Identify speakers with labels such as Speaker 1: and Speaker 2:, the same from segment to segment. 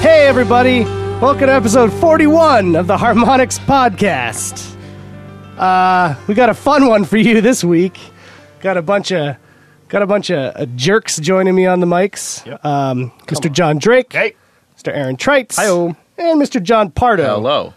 Speaker 1: everybody. Welcome to episode 41 of the Harmonics Podcast. Uh, we got a fun one for you this week. Got a bunch of got a bunch of uh, jerks joining me on the mics.
Speaker 2: Yep.
Speaker 1: Um, Mr. John Drake,
Speaker 2: Hey.
Speaker 1: Mr. Aaron Trites,
Speaker 2: Hi-oh.
Speaker 1: and Mr. John Pardo.
Speaker 2: Hello.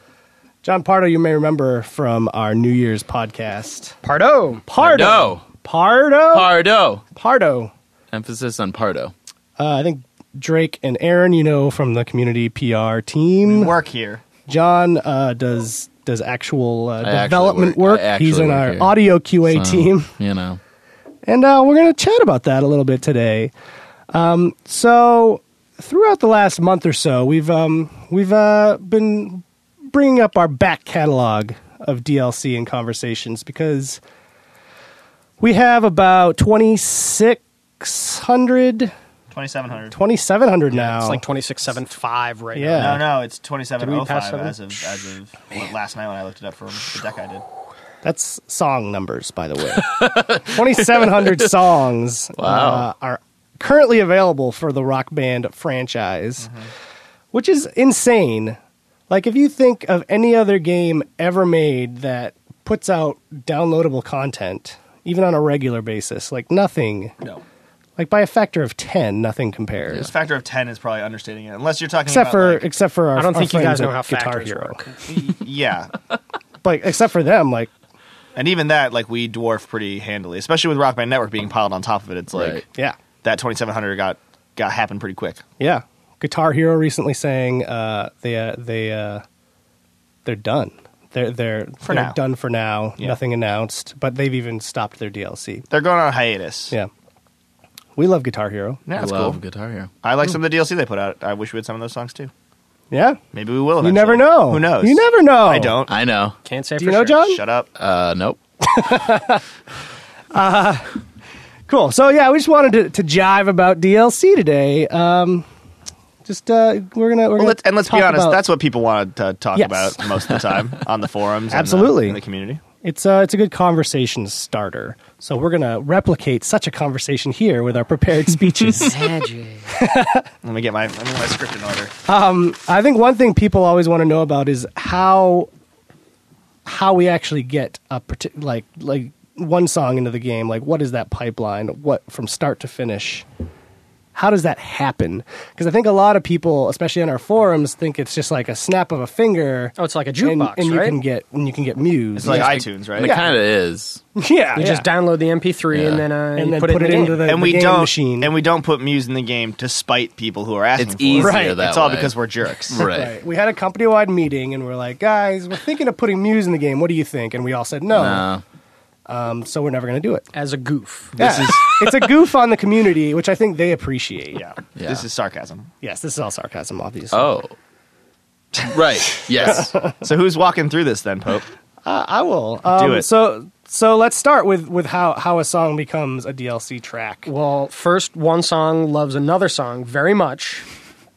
Speaker 1: John Pardo, you may remember from our New Year's podcast.
Speaker 2: Pardo.
Speaker 1: Pardo. Pardo.
Speaker 2: Pardo.
Speaker 1: Pardo.
Speaker 2: Emphasis on Pardo.
Speaker 1: Uh, I think Drake and Aaron, you know, from the community PR team.
Speaker 3: work here.
Speaker 1: John uh, does does actual uh,
Speaker 2: actually
Speaker 1: development
Speaker 2: work-
Speaker 1: work.
Speaker 2: I actually
Speaker 1: He's in
Speaker 2: work
Speaker 1: our
Speaker 2: here.
Speaker 1: audio QA team,
Speaker 2: Um, You know.
Speaker 1: and uh, we're going to chat about that a little bit today. Um, so, throughout the last month or so, we've um, we've uh, been bringing up our back catalog of DLC and conversations because we have about twenty six hundred.
Speaker 3: 2700.
Speaker 1: 2700 now.
Speaker 4: It's like 2675 right
Speaker 1: Yeah.
Speaker 4: now.
Speaker 3: no, no, it's
Speaker 1: Did we pass
Speaker 3: 2705
Speaker 1: that?
Speaker 3: as of, as of what, last night when I looked it up for the deck I did.
Speaker 1: That's song numbers, by the way. 2,700 songs uh, are currently available for the Rock Band franchise,
Speaker 4: Mm-hmm.
Speaker 1: which is insane. Like, if you think of any other game ever made that puts out downloadable content, even on a regular basis, like nothing,
Speaker 3: No.
Speaker 1: like by a factor of 10, nothing compares.
Speaker 3: This factor of 10 is probably understating it. Unless you're talking
Speaker 1: Except
Speaker 3: about,
Speaker 1: for,
Speaker 3: like-
Speaker 1: except for our,
Speaker 4: I don't
Speaker 1: our
Speaker 4: think you
Speaker 1: friends
Speaker 4: guys know
Speaker 1: at
Speaker 4: how Factor
Speaker 1: Guitar
Speaker 4: Hero.
Speaker 3: yeah.
Speaker 1: Like, except for them, like,
Speaker 3: And even that, like, we dwarf pretty handily, especially with Rock Band Network being piled on top of it. It's like
Speaker 2: Right.
Speaker 1: yeah,
Speaker 3: that 2700 got got happened pretty quick.
Speaker 1: Yeah, Guitar Hero recently sang uh, they uh, they uh, they're done. They're they're
Speaker 3: For
Speaker 1: they're
Speaker 3: now.
Speaker 1: done for now.
Speaker 3: Yeah.
Speaker 1: Nothing announced, but they've even stopped their DLC.
Speaker 3: They're going on hiatus.
Speaker 1: Yeah, we love Guitar Hero.
Speaker 3: Yeah, that's
Speaker 2: I love
Speaker 3: cool.
Speaker 2: Guitar Hero.
Speaker 3: I like some of the DLC they put out. I wish we had some of those songs too.
Speaker 1: Yeah,
Speaker 3: Maybe we will.
Speaker 1: you
Speaker 3: Eventually.
Speaker 1: never know.
Speaker 3: Who knows?
Speaker 1: You never know.
Speaker 3: I don't.
Speaker 2: I know.
Speaker 4: Can't say
Speaker 1: Do you
Speaker 4: for
Speaker 1: know
Speaker 4: sure.
Speaker 1: John?
Speaker 3: Shut up.
Speaker 2: Uh, nope.
Speaker 1: Cool. So yeah, we just wanted to, to jive about DLC today. Um, just uh, we're gonna we're
Speaker 3: Well,
Speaker 1: gonna
Speaker 3: let's, and let's be
Speaker 1: talk
Speaker 3: honest,
Speaker 1: about-
Speaker 3: that's what people want to talk
Speaker 1: Yes.
Speaker 3: about most of the time on the forums. and the-
Speaker 1: Absolutely.
Speaker 3: in the community.
Speaker 1: It's a, it's a good conversation starter. So we're going to replicate such a conversation here with our prepared speeches.
Speaker 3: Let me get my let me get my script in order.
Speaker 1: I think one thing people always want to know about is how how we actually get a parti- like like one song into the game. Like what is that pipeline? What from start to finish? How does that happen? Because I think a lot of people, especially on our forums, think it's just like a snap of a finger.
Speaker 4: Oh, it's like a
Speaker 1: and,
Speaker 4: jukebox,
Speaker 1: and you
Speaker 4: right?
Speaker 1: can get and you can get muse.
Speaker 3: It's like
Speaker 2: Yeah.
Speaker 3: iTunes, right?
Speaker 2: It kind of is.
Speaker 1: yeah,
Speaker 4: you
Speaker 1: yeah.
Speaker 4: just download the MP3
Speaker 2: Yeah.
Speaker 4: and then uh,
Speaker 1: and
Speaker 4: you
Speaker 1: then
Speaker 4: put, it, in
Speaker 1: into the,
Speaker 3: and
Speaker 1: the
Speaker 3: we
Speaker 1: game
Speaker 3: don't
Speaker 1: machine.
Speaker 3: and we don't put Muse in the game to spite people who are asking.
Speaker 2: It's
Speaker 3: for
Speaker 2: easier
Speaker 3: it.
Speaker 2: Right. that
Speaker 3: It's all
Speaker 2: way.
Speaker 3: because we're jerks.
Speaker 2: Right.
Speaker 1: Right. We had a company wide meeting and we're like, guys, we're thinking of putting Muse in the game. What do you think? And we all said no.
Speaker 2: No.
Speaker 1: Um, so we're never going to do it.
Speaker 4: as a goof.
Speaker 1: yeah. it's a goof on the community, which I think they appreciate.
Speaker 3: Yeah.
Speaker 2: Yeah.
Speaker 3: This is sarcasm.
Speaker 1: Yes, this is all sarcasm, obviously.
Speaker 2: Oh. right. Yes.
Speaker 3: So who's walking through this then, Pope?
Speaker 1: Uh, I will. Um,
Speaker 3: it.
Speaker 1: So, so let's start with, with how, how a song becomes a DLC track.
Speaker 4: Well, first one song loves another song very much.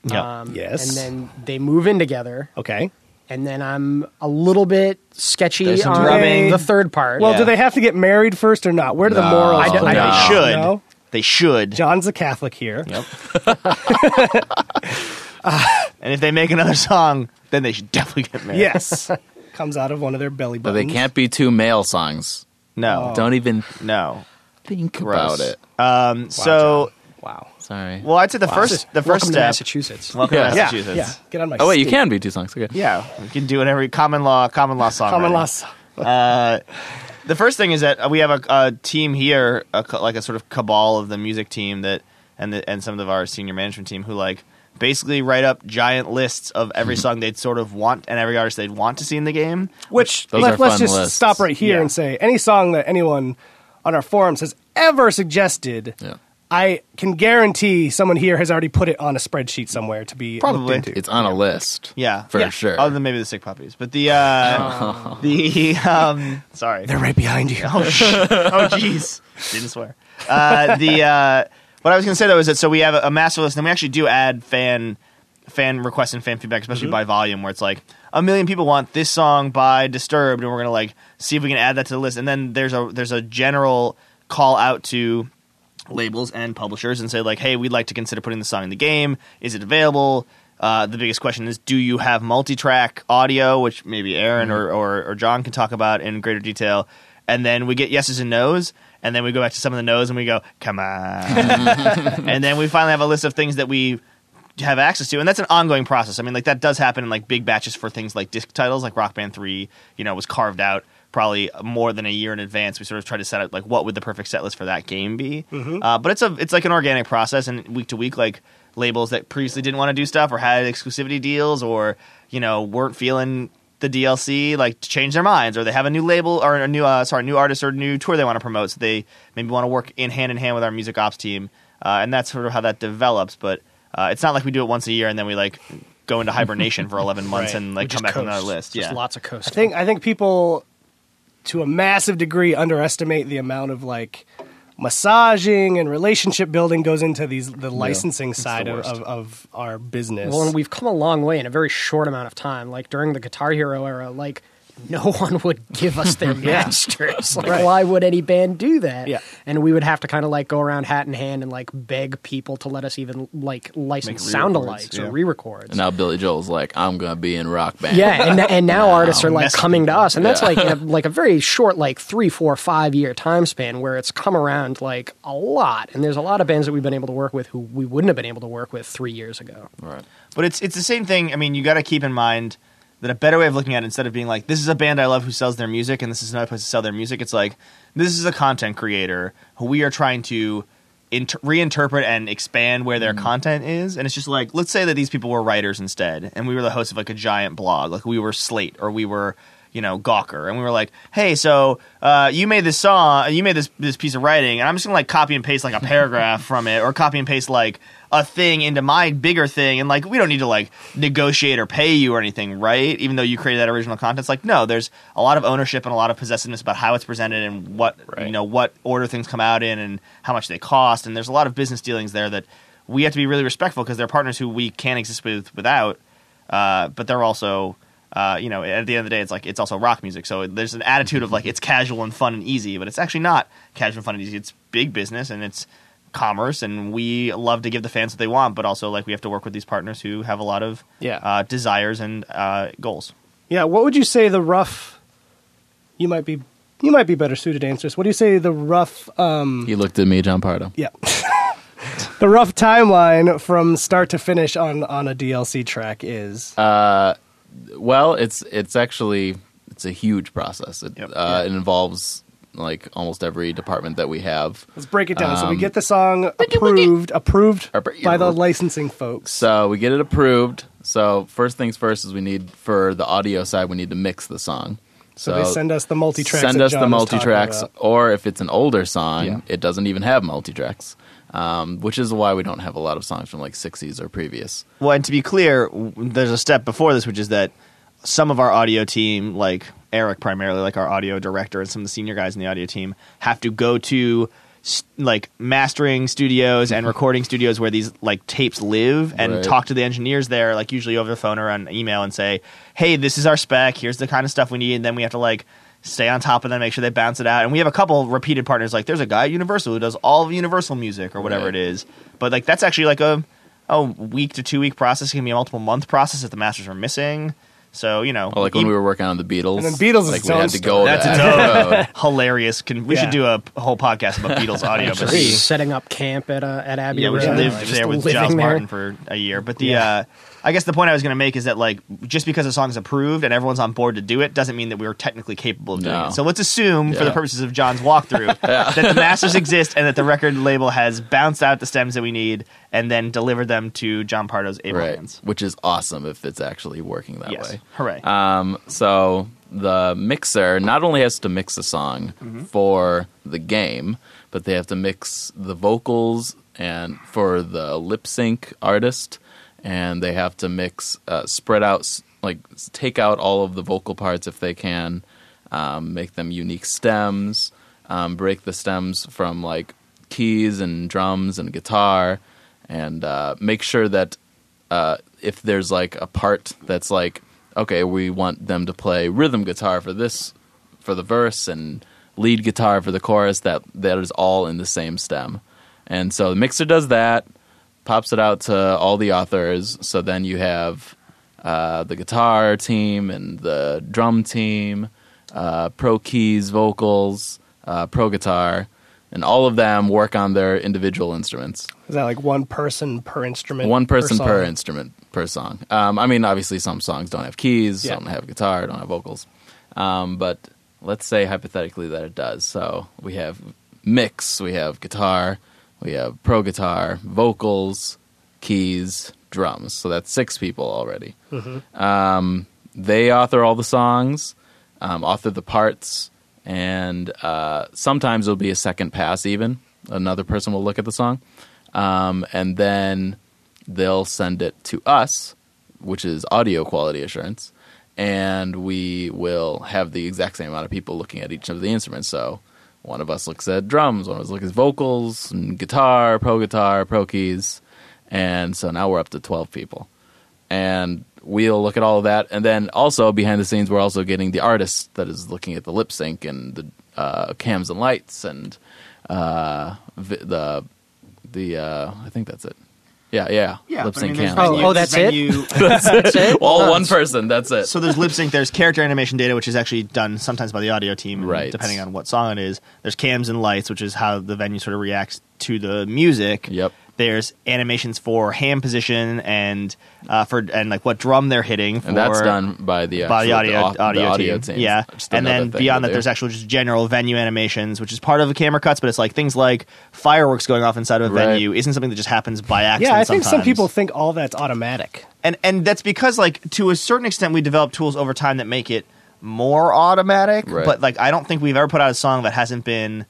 Speaker 3: Yeah.
Speaker 4: Um,
Speaker 1: Yes.
Speaker 4: And then they move in together.
Speaker 1: Okay.
Speaker 4: And then I'm a little bit sketchy
Speaker 2: There's some
Speaker 4: on
Speaker 1: drumming.
Speaker 4: the third part.
Speaker 1: Well,
Speaker 3: Yeah.
Speaker 1: do they have to get married first or not? Where do the
Speaker 2: No.
Speaker 1: morals?
Speaker 2: I d-
Speaker 1: play
Speaker 2: I
Speaker 1: out?
Speaker 2: don't-
Speaker 3: Should.
Speaker 1: No?
Speaker 3: They should.
Speaker 1: John's a Catholic here.
Speaker 3: Yep. and if they make another song, then they should definitely get married.
Speaker 1: Yes. Comes out of one of their belly
Speaker 2: but
Speaker 1: buttons.
Speaker 2: they can't be two male songs.
Speaker 3: No.
Speaker 1: Oh.
Speaker 2: Don't even
Speaker 3: No.
Speaker 2: think
Speaker 3: Gross.
Speaker 2: about it.
Speaker 3: Um, so,
Speaker 1: Wow.
Speaker 2: Sorry.
Speaker 3: well, I'd say the first the first
Speaker 4: Welcome to
Speaker 3: step.
Speaker 4: Massachusetts.
Speaker 3: Welcome
Speaker 2: Yeah.
Speaker 3: to
Speaker 1: Yeah.
Speaker 3: Massachusetts.
Speaker 1: Yeah. Get on my.
Speaker 2: oh wait, you
Speaker 1: stick.
Speaker 2: can be two songs. Okay.
Speaker 3: Yeah, we can do it every common law, common law song.
Speaker 1: Common
Speaker 3: writing.
Speaker 1: law.
Speaker 3: The first thing is that we have a, a team here, a, co- like a sort of cabal of the music team that, and the, and some of our senior management team who like basically write up giant lists of every song they'd sort of want and every artist they'd want to see in the game.
Speaker 1: Which
Speaker 2: Those
Speaker 1: let,
Speaker 2: are
Speaker 1: us
Speaker 2: fun
Speaker 1: just
Speaker 2: lists.
Speaker 1: stop right here
Speaker 3: Yeah.
Speaker 1: and say any song that anyone on our forums has ever suggested,
Speaker 2: Yeah.
Speaker 1: I can guarantee someone here has already put it on a spreadsheet somewhere to be looked
Speaker 3: Probably.
Speaker 1: into.
Speaker 2: It's on a list.
Speaker 3: Yeah,
Speaker 2: For
Speaker 3: Yeah.
Speaker 2: sure.
Speaker 3: Other than maybe the sick puppies, but the uh, the um, sorry,
Speaker 1: They're right behind you.
Speaker 3: Oh, sh- oh, jeez. Didn't swear. Uh, the uh, what I was going to say though is that so we have a, a master list, and we actually do add fan fan requests and fan feedback, especially by volume, where it's like a million people want this song by Disturbed, and we're going to like see if we can add that to the list. And then there's a there's a general call out to labels and publishers and say like, hey, we'd like to consider putting this song in the game. Is it available? Uh, the biggest question is, do you have multi-track audio, which maybe Aaron or, or, or John can talk about in greater detail? And then we get yeses and nos, and then we go back to some of the nos, and we go, come on. and then we finally have a list of things that we have access to, and that's an ongoing process. I mean, like that does happen in like big batches for things like disc titles, like Rock Band Three. You know, was carved out probably more than a year in advance. We sort of tried to set out like what would the perfect set list for that game be. Uh, but it's a it's like an organic process, and week to week, like labels that previously didn't want to do stuff or had exclusivity deals or you know weren't feeling the DLC like to change their minds or they have a new label or a new uh, sorry new artist or new tour they want to promote. So they maybe want to work in hand in hand with our music ops team, uh, and that's sort of how that develops. But uh, it's not like we do it once a year and then we like go into hibernation for eleven months and like
Speaker 4: We
Speaker 3: come
Speaker 4: just
Speaker 3: back with another
Speaker 4: coast.
Speaker 3: list.
Speaker 4: Just
Speaker 3: yeah,
Speaker 4: lots of coast.
Speaker 1: I think I think people to a massive degree underestimate the amount of like massaging and relationship building goes into these the licensing side
Speaker 2: the
Speaker 1: of,
Speaker 2: worst.
Speaker 1: of, of our business.
Speaker 4: Well, and we've come a long way in a very short amount of time. Like during the Guitar Hero era, like no one would give us their masters. Like, why would any band do that?
Speaker 1: Yeah.
Speaker 4: And we would have to kind of like go around hat in hand and like beg people to let us even like license
Speaker 3: Make
Speaker 4: sound
Speaker 3: re-records,
Speaker 4: alikes
Speaker 3: yeah.
Speaker 4: or re records.
Speaker 2: And now Billy Joel's like, I'm gonna be in rock band.
Speaker 4: Yeah, and, and now artists are like
Speaker 3: messy
Speaker 4: coming to us, and that's
Speaker 2: Yeah.
Speaker 4: like in a, like a very short, like three, four, five year time span where it's come around like a lot, and there's a lot of bands that we've been able to work with who we wouldn't have been able to work with three years ago.
Speaker 2: Right.
Speaker 3: but it's it's the same thing. I mean, you got to keep in mind that a better way of looking at it, instead of being like, "This is a band I love who sells their music," and this is another place to sell their music, it's like, "This is a content creator who we are trying to." Inter- reinterpret and expand where their content is and it's just like let's say that these people were writers instead and we were the host of like a giant blog like we were slate or we were you know gawker and we were like hey so uh, you made this song you made this this piece of writing and i'm just gonna like copy and paste like a paragraph from it or copy and paste like a thing into my bigger thing and like we don't need to like negotiate or pay you or anything right even though you created that original content it's like no there's a lot of ownership and a lot of possessiveness about how it's presented and what you know what order things come out in and how much they cost and there's a lot of business dealings there that we have to be really respectful because they're partners who we can't exist with without uh, but they're also uh, you know at the end of the day it's like it's also rock music so there's an attitude of like it's casual and fun and easy but it's actually not casual and fun and easy it's big business and it's commerce and we love to give the fans what they want but also like we have to work with these partners who have a lot of
Speaker 1: Yeah.
Speaker 3: uh, desires and uh, goals
Speaker 1: yeah, what would you say the rough? You might be you might be better suited to answer this. What do you say the rough? Um,
Speaker 2: He looked at me, John Pardo.
Speaker 1: yeah. The rough timeline from start to finish on, on a DLC track is
Speaker 2: Well, it's it's actually it's a huge process. It,
Speaker 3: Yep.
Speaker 2: uh, it involves like almost every department that we have.
Speaker 1: let's break it down. so we
Speaker 2: Um,
Speaker 1: get the song approved approved
Speaker 2: Appro-
Speaker 1: by the licensing folks.
Speaker 2: So we get it approved. So first things first is we need for the audio side we need to mix the song.
Speaker 1: So they send us the multi tracks.
Speaker 2: send us the multi tracks, or if it's an older song,
Speaker 1: Yeah.
Speaker 2: it doesn't even have multi tracks, um, which is why we don't have a lot of songs from like sixties or previous.
Speaker 3: Well, and to be clear, w- there's a step before this, which is that some of our audio team, like Eric primarily, like our audio director and some of the senior guys in the audio team, have to go to s- like mastering studios and recording studios where these like tapes live and
Speaker 2: Right.
Speaker 3: talk to the engineers there, like usually over the phone or on email, and say, "Hey, this is our spec. Here's the kind of stuff we need." And then we have to like stay on top of them, make sure they bounce it out. And we have a couple repeated partners. Like there's a guy at Universal who does all of Universal music or whatever
Speaker 2: Right.
Speaker 3: it is. But like that's actually like a a week to two week process. It can be a multiple month process if the masters are missing. So you know,
Speaker 2: Or Oh, like when
Speaker 3: e-
Speaker 2: we were working on the Beatles,
Speaker 1: And then Beatles is
Speaker 2: like
Speaker 1: its
Speaker 2: we
Speaker 1: own
Speaker 2: had to go.
Speaker 1: story.
Speaker 3: That's
Speaker 2: that
Speaker 3: its own-
Speaker 2: road.
Speaker 3: hilarious. Can, we
Speaker 1: Yeah.
Speaker 3: should do a p- whole podcast about Beatles audio. but
Speaker 1: Agree.
Speaker 3: the-
Speaker 4: Setting up camp at uh, at Abbey
Speaker 3: yeah, we
Speaker 4: Road,
Speaker 3: should live
Speaker 4: like, just
Speaker 3: there with
Speaker 4: living
Speaker 3: Giles
Speaker 4: there.
Speaker 3: Martin for a year. But the uh, I guess the point I was going to make is that like just because a song's approved and everyone's on board to do it doesn't mean that we're technically capable of doing
Speaker 2: No.
Speaker 3: it. So let's assume for the
Speaker 2: Yeah.
Speaker 3: purposes of John's walkthrough that the masters exist and that the record label has bounced out the stems that we need and then delivered them to John Pardo's able
Speaker 2: right?
Speaker 3: hands.
Speaker 2: Which is awesome if it's actually working that
Speaker 3: Yes,
Speaker 2: way.
Speaker 3: hooray!
Speaker 2: Um, so the mixer not only has to mix a song for the game, but they have to mix the vocals and for the lip sync artist, and they have to mix uh, spread out s- like s- take out all of the vocal parts if they can, um, make them unique stems, um, break the stems from like keys and drums and guitar, and uh, make sure that uh, if there's like a part that's like okay we want them to play rhythm guitar for this for the verse and lead guitar for the chorus that that is all in the same stem and so the mixer does that pops it out to all the authors. So then you have uh, the guitar team and the drum team, uh, pro keys, vocals, uh, pro guitar, and all of them work on their individual instruments.
Speaker 1: Is that like one person per instrument?
Speaker 2: One person per,
Speaker 1: song?
Speaker 2: instrument per song. Um, I mean, obviously, some songs don't have keys,
Speaker 1: Yeah.
Speaker 2: don't have guitar, don't have vocals. Um, but let's say hypothetically that it does. So we have mix, we have guitar, we have pro guitar, vocals, keys, drums. So that's six people already.
Speaker 1: Mm-hmm.
Speaker 2: Um, they author all the songs, um, author the parts, and uh, sometimes it'll be a second pass. Even another person will look at the song, um, and then they'll send it to us, which is audio quality assurance, and we will have the exact same amount of people looking at each of the instruments. So one of us looks at drums, one of us looks at vocals, and guitar, pro guitar, pro keys, and so now we're up to twelve people and we'll look at all of that. And then also behind the scenes, we're also getting the artist that is looking at the lip sync and the uh, cams and lights and uh, vi- the the uh, I think that's it. Yeah, yeah,
Speaker 3: Yeah,
Speaker 2: lip
Speaker 3: but I mean, there's
Speaker 2: sync cams.
Speaker 4: Oh,
Speaker 3: venue-
Speaker 4: oh,
Speaker 3: there's
Speaker 4: that's it?
Speaker 3: venue-
Speaker 4: That's it?
Speaker 2: All
Speaker 4: No,
Speaker 2: one
Speaker 4: it's-
Speaker 2: person. That's it.
Speaker 3: so there's lip sync. There's character animation data, which is actually done sometimes by the audio team, and
Speaker 2: Right.
Speaker 3: Depending on what song it is. There's cams and lights, which is how the venue sort of reacts to the music.
Speaker 2: Yep.
Speaker 3: There's animations for hand position and uh, for and like what drum they're hitting. For,
Speaker 2: and that's done by the
Speaker 3: by the
Speaker 2: actual-
Speaker 3: audio,
Speaker 2: au- the
Speaker 3: audio,
Speaker 2: audio
Speaker 3: team.
Speaker 2: teams.
Speaker 3: Yeah,
Speaker 2: Just
Speaker 3: and
Speaker 2: another
Speaker 3: then
Speaker 2: thing
Speaker 3: beyond
Speaker 2: to
Speaker 3: that,
Speaker 2: do.
Speaker 3: there's actual just general venue animations, which is part of the camera cuts, but it's like things like fireworks going off inside of a
Speaker 2: Right.
Speaker 3: venue isn't something that just happens by accident.
Speaker 1: Yeah, I think some
Speaker 3: sometimes.
Speaker 1: people think all that's automatic.
Speaker 3: and and that's because like to a certain extent we develop tools over time that make it more automatic
Speaker 2: Right.
Speaker 3: but like i don't think we've ever put out a song that hasn't been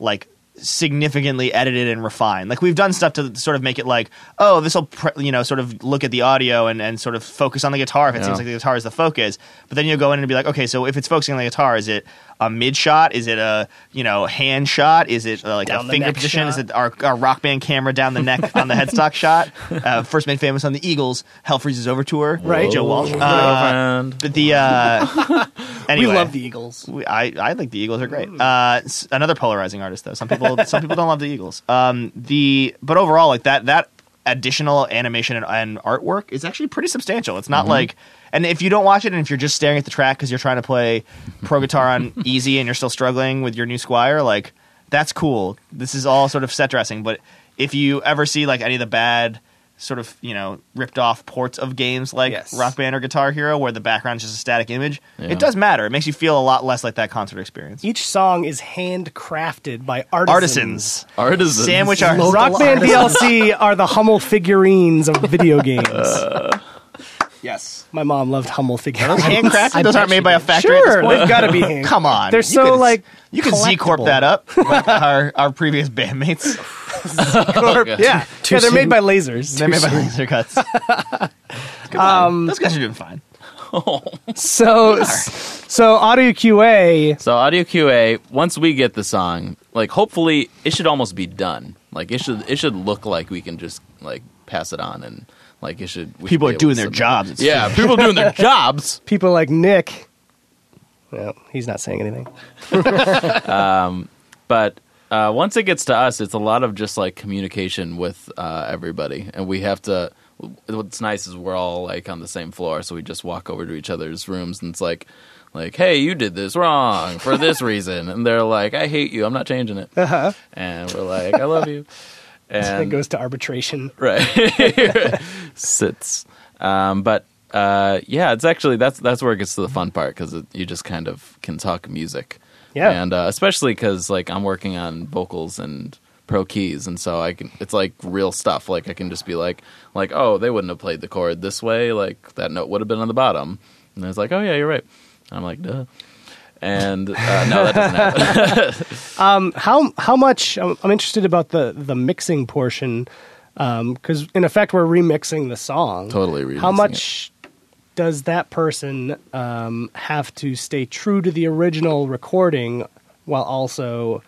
Speaker 3: like significantly edited and refined like we've done stuff to sort of make it like oh this will pre- you know sort of look at the audio and, and sort of focus on the guitar if it
Speaker 2: Yeah.
Speaker 3: seems like the guitar is the focus but then you'll go in and be like okay so if it's focusing on the guitar is it a mid shot is it a you know hand shot is it uh, like
Speaker 1: Down
Speaker 3: a
Speaker 1: the
Speaker 3: finger
Speaker 1: neck
Speaker 3: position is
Speaker 1: shot.
Speaker 3: it our, our rock band camera down the neck on the headstock shot, uh, first made famous on the Eagles "Hell Freezes Over" tour.
Speaker 1: Right. Oh.
Speaker 3: Joe Walsh.
Speaker 2: Whoa,
Speaker 3: Uh,
Speaker 2: friend.
Speaker 3: but the uh, anyway,
Speaker 1: We love the Eagles.
Speaker 3: we- I I think the Eagles are great. Uh, s- another polarizing artist though. Some people some people don't love the Eagles. Um, the but overall like that that additional animation and, and artwork is actually pretty substantial. It's not like and if you don't watch it and if you're just staring at the track because you're trying to play pro guitar on easy and you're still struggling with your new Squire, like that's cool. This is all sort of set dressing. But if you ever see like any of the bad sort of you know ripped off ports of games like
Speaker 1: Yes.
Speaker 3: Rock Band or Guitar Hero where the background is just a static image,
Speaker 2: Yeah.
Speaker 3: it does matter. It makes you feel a lot less like that concert experience.
Speaker 1: Each song is handcrafted by artisans.
Speaker 3: Artisans,
Speaker 2: Artisans.
Speaker 3: sandwich artisans.
Speaker 1: Rock Band DLC are the Hummel figurines of video games.
Speaker 3: yes.
Speaker 1: My mom loved Hummel figurines.
Speaker 3: Handcrafted.
Speaker 4: I
Speaker 3: Those
Speaker 4: bet
Speaker 3: aren't made
Speaker 4: she
Speaker 3: by a
Speaker 4: did.
Speaker 3: factory. at this
Speaker 1: sure,
Speaker 3: point.
Speaker 1: they've got to be hand.
Speaker 3: Come on.
Speaker 1: They're
Speaker 3: You
Speaker 1: so,
Speaker 3: could-
Speaker 1: like,
Speaker 3: you can Z corp
Speaker 1: collectible.
Speaker 3: that up. Like our our previous bandmates.
Speaker 1: Yeah,
Speaker 4: Too
Speaker 1: yeah, they're
Speaker 4: soon.
Speaker 1: made by lasers.
Speaker 3: They're made by laser cuts. um, those guys are doing fine.
Speaker 1: So, so audio QA.
Speaker 2: So audio QA, once we get the song, like hopefully it should almost be done. Like it should it should look like we can just like pass it on and like it should. we should
Speaker 3: People
Speaker 2: be
Speaker 3: are
Speaker 2: able
Speaker 3: doing
Speaker 2: to
Speaker 3: their
Speaker 2: submit it.
Speaker 3: jobs. It's
Speaker 2: Yeah, people are doing their jobs.
Speaker 1: People like Nick. Well, he's not saying anything.
Speaker 2: But uh, once it gets to us, it's a lot of just like communication with uh, everybody, and we have to. What's nice is we're all like on the same floor, so we just walk over to each other's rooms, and it's like, like, hey, you did this wrong for this reason, and they're like, I hate you, I'm not changing it, uh-huh. and we're like, I love you,
Speaker 1: It
Speaker 2: and
Speaker 1: goes to arbitration.
Speaker 2: right sits um, but uh, yeah it's actually that's that's where it gets to the fun part because you just kind of can talk music
Speaker 1: Yeah.
Speaker 2: and uh, especially because like i'm working on vocals and pro keys and so i can it's like real stuff like i can just be like like oh they wouldn't have played the chord this way like that note would have been on the bottom and it's like oh yeah you're right i'm like duh and uh, no that doesn't happen
Speaker 1: How how much? I'm, I'm interested about the the mixing portion because in effect we're remixing the song.
Speaker 2: Totally
Speaker 1: How
Speaker 2: remixing
Speaker 1: much does that person um, have to stay true to the original recording while also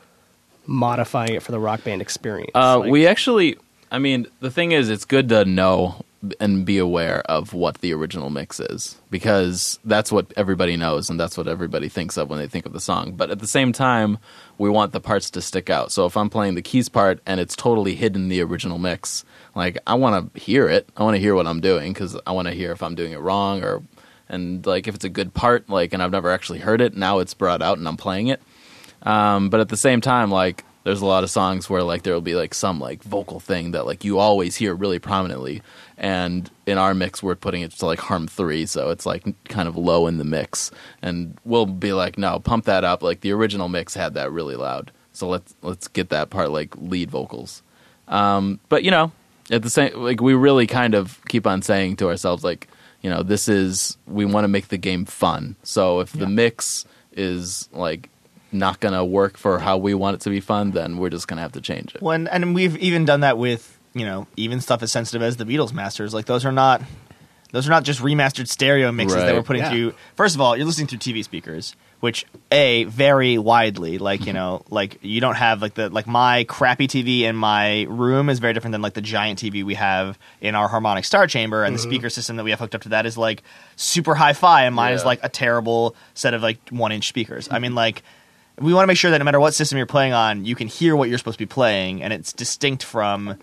Speaker 1: modifying it for the rock band experience?
Speaker 2: Uh,
Speaker 1: Like,
Speaker 2: we actually, I mean, the thing is, it's good to know and be aware of what the original mix is because that's what everybody knows and that's what everybody thinks of when they think of the song. But at the same time, we want the parts to stick out. So if I'm playing the keys part and it's totally hidden in the original mix, Like I want to hear it. I want to hear what I'm doing because I want to hear if I'm doing it wrong or and like if it's a good part. Like and I've never actually heard it. Now it's brought out and I'm playing it. Um, but at the same time, like there's a lot of songs where like there will be like some like vocal thing that like you always hear really prominently. And in our mix, we're putting it to like harm three, so it's like kind of low in the mix. And we'll be like, no, pump that up. Like the original mix had that really loud, so let's let's get that part like lead vocals. Um, but you know, at the same, like we really kind of keep on saying to ourselves, like you know, this is we want to make the game fun. So if the mix is like not going to work for how we want it to be fun, then we're just going to have to change it.
Speaker 3: When and we've even done that with you know even stuff as sensitive as the Beatles masters. Like those are not those are not just remastered stereo mixes that
Speaker 2: Right.
Speaker 3: we're putting
Speaker 1: Yeah.
Speaker 3: through. First of all, you're listening through TV speakers, which a vary widely. Like you know, like you don't have like the like my crappy TV in my room is very different than like the giant TV we have in our harmonic star chamber, and the speaker system that we have hooked up to that is like super hi-fi, and mine is
Speaker 2: Yeah.
Speaker 3: like a terrible set of like one-inch speakers. I mean, like we want to make sure that no matter what system you're playing on, you can hear what you're supposed to be playing, and it's distinct from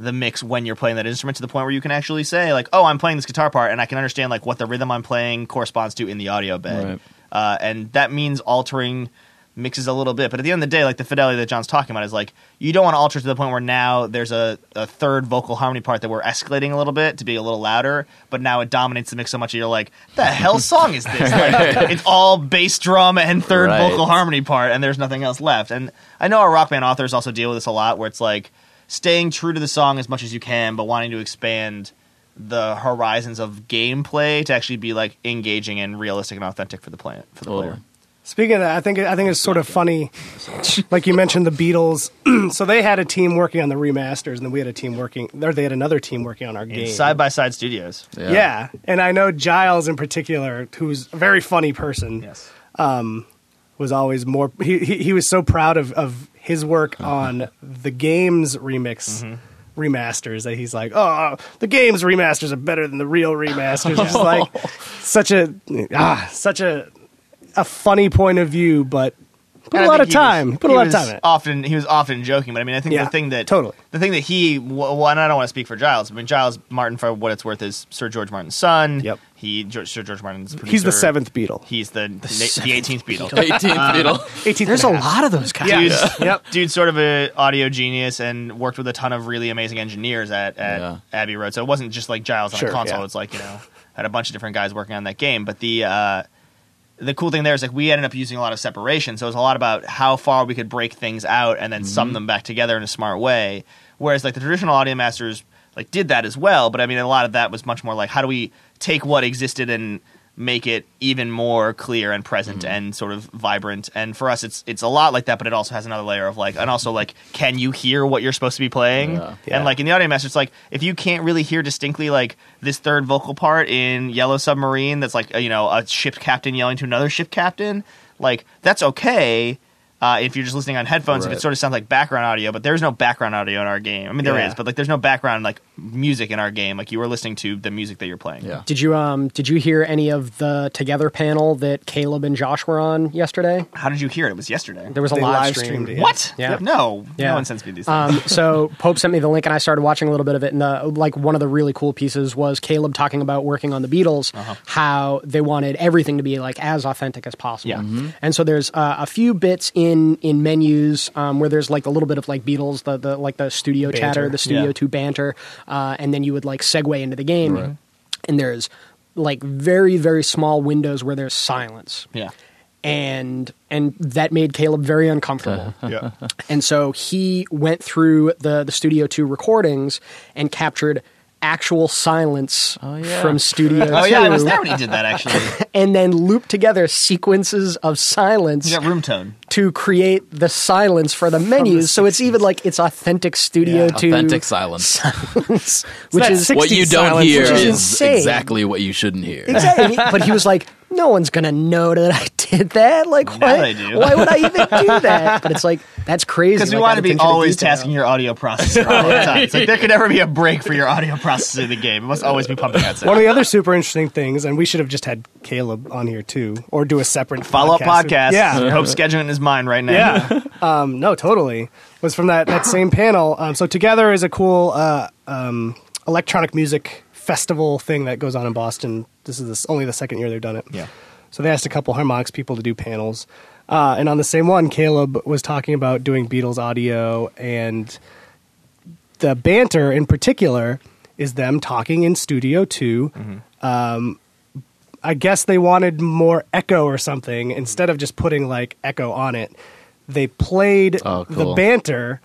Speaker 3: the mix when you're playing that instrument to the point where you can actually say like, "Oh, I'm playing this guitar part," and I can understand like what the rhythm I'm playing corresponds to in the audio bed,
Speaker 2: Right.
Speaker 3: uh, and that means altering mixes a little bit. But at the end of the day, like the fidelity that John's talking about is like you don't want to alter to the point where now there's a, a third vocal harmony part that we're escalating a little bit to be a little louder, but now it dominates the mix so much that you're like, the hell song is this? Like, it's all bass drum and third
Speaker 2: Right.
Speaker 3: vocal harmony part, and there's nothing else left. And I know our rock band authors also deal with this a lot, where it's like staying true to the song as much as you can, but wanting to expand the horizons of gameplay to actually be like engaging and realistic and authentic for the planet for the
Speaker 2: Totally.
Speaker 3: player.
Speaker 1: Speaking of that, I think I think it's sort of funny, like you mentioned the Beatles. so they had a team working on the remasters, and then we had a team working. Or they had another team working on our game.
Speaker 3: Side by side studios.
Speaker 1: yeah. and I know Giles in particular, who's a very funny person,
Speaker 3: Yes.
Speaker 1: was always more. He, he he was so proud of of his work
Speaker 3: Uh-huh.
Speaker 1: on the games remix.
Speaker 3: Mm-hmm.
Speaker 1: Remasters that he's like, oh, the games remasters are better than the real remasters. It's like
Speaker 3: Oh.
Speaker 1: such a ah, such a a funny point of view, but put
Speaker 3: And
Speaker 1: a
Speaker 3: I
Speaker 1: lot
Speaker 3: think
Speaker 1: of
Speaker 3: he was-
Speaker 1: time, put a
Speaker 3: he
Speaker 1: lot of
Speaker 3: was
Speaker 1: time in it.
Speaker 3: Often he was often joking, but I mean, I think
Speaker 1: Yeah,
Speaker 3: the thing that
Speaker 1: totally.
Speaker 3: the thing that he well, and I don't want to speak for Giles. I mean, Giles Martin, for what it's worth, is Sir George Martin's son.
Speaker 1: Yep.
Speaker 3: He George, Sir George Martin's. Producer.
Speaker 1: He's the seventh Beatle.
Speaker 3: He's the na- the eighteenth Beatle.
Speaker 2: 18th Beatle.
Speaker 1: 18th
Speaker 4: There's a
Speaker 1: and half.
Speaker 4: lot of those guys.
Speaker 3: Dude's,
Speaker 1: Yep.
Speaker 3: dude's sort of a audio genius and worked with a ton of really amazing engineers at, at
Speaker 2: Yeah.
Speaker 3: Abbey Road. So it wasn't just like Giles on
Speaker 1: Sure,
Speaker 3: a console.
Speaker 1: yeah.
Speaker 3: It's like you know had a bunch of different guys working on that game. But the uh, the cool thing there is like we ended up using a lot of separation. So it was a lot about how far we could break things out and then sum them back together in a smart way. Whereas like the traditional audio masters like did that as well, but I mean a lot of that was much more like how do we take what existed and make it even more clear and present and sort of vibrant. And for us it's it's a lot like that, but it also has another layer of like and also like can you hear what you're supposed to be playing?
Speaker 2: Yeah.
Speaker 1: Yeah.
Speaker 3: And like in the audio master, it's like if you can't really hear distinctly like this third vocal part in Yellow Submarine, that's like uh, you know a ship captain yelling to another ship captain, like that's okay. Uh, if you're just listening on headphones, if
Speaker 2: Right.
Speaker 3: it sort of sounds like background audio, but there's no background audio in our game. I mean, there is,
Speaker 1: Yeah.
Speaker 3: but like there's no background like music in our game. Like you are listening to the music that you're playing.
Speaker 2: Yeah.
Speaker 4: Did you um did you hear any of the together panel that Caleb and Josh were on yesterday?
Speaker 3: How did you hear it? It was yesterday.
Speaker 4: There was a
Speaker 1: They
Speaker 4: live,
Speaker 1: live
Speaker 4: stream.
Speaker 1: streamed it.
Speaker 3: what?
Speaker 4: Yeah.
Speaker 3: No.
Speaker 4: Yeah.
Speaker 3: No one sends me these things.
Speaker 4: Um, so Pope sent me the link, and I started watching a little bit of it. And the, like one of the really cool pieces was Caleb talking about working on the Beatles,
Speaker 3: Uh-huh.
Speaker 4: how they wanted everything to be like as authentic as possible.
Speaker 3: Yeah. Mhm.
Speaker 4: And so there's uh, a few bits in in menus um, where there's like a little bit of like Beatles, the the like the studio chatter, the studio
Speaker 3: Yeah.
Speaker 4: two banter, uh, and then you would like segue into the game. And there's like very very small windows where there's silence.
Speaker 3: yeah.
Speaker 4: And and that made Caleb very uncomfortable.
Speaker 3: Yeah.
Speaker 4: And so he went through the, the Studio 2 recordings and captured actual silence
Speaker 2: Oh, yeah.
Speaker 4: from Studio 2
Speaker 3: oh yeah, I was there when he did that actually.
Speaker 4: and then looped together sequences of silence
Speaker 3: You got room tone.
Speaker 4: to create the silence for the menus. so it's even like it's authentic Studio 2
Speaker 2: Authentic silence.
Speaker 4: silence, which is
Speaker 2: What you don't hear
Speaker 4: which is
Speaker 2: is
Speaker 4: insane.
Speaker 2: exactly what you shouldn't hear.
Speaker 4: exactly. But he was like, no one's going to know that I did that? Like,
Speaker 3: Now they
Speaker 4: why?
Speaker 3: do.
Speaker 4: Why would I even do that? But it's like that's crazy.
Speaker 3: Because we
Speaker 4: like,
Speaker 3: want
Speaker 4: that
Speaker 3: to be
Speaker 4: attention to
Speaker 3: always
Speaker 4: detail.
Speaker 3: tasking your audio processor all the time. It's like there could never be a break for your audio processor in the game. It must always be pumping out
Speaker 1: One
Speaker 3: sound.
Speaker 1: of the other super interesting things, and we should have just had Caleb on here too, or do a separate
Speaker 3: Follow up podcast.
Speaker 1: Yeah,
Speaker 3: Hope scheduling in his mind right now.
Speaker 1: yeah. um, no, totally. Was from that that same panel. Um, so together is a cool uh, um, electronic music festival thing that goes on in Boston. This is this, only the second year they've done it.
Speaker 3: Yeah.
Speaker 1: So they asked a couple harmonics people to do panels, uh, and on the same one, Caleb was talking about doing Beatles audio and the banter in particular is them talking in Studio 2 Um, I guess they wanted more echo or something instead of just putting like echo on it. They played
Speaker 2: Oh,
Speaker 1: the
Speaker 2: cool.
Speaker 1: banter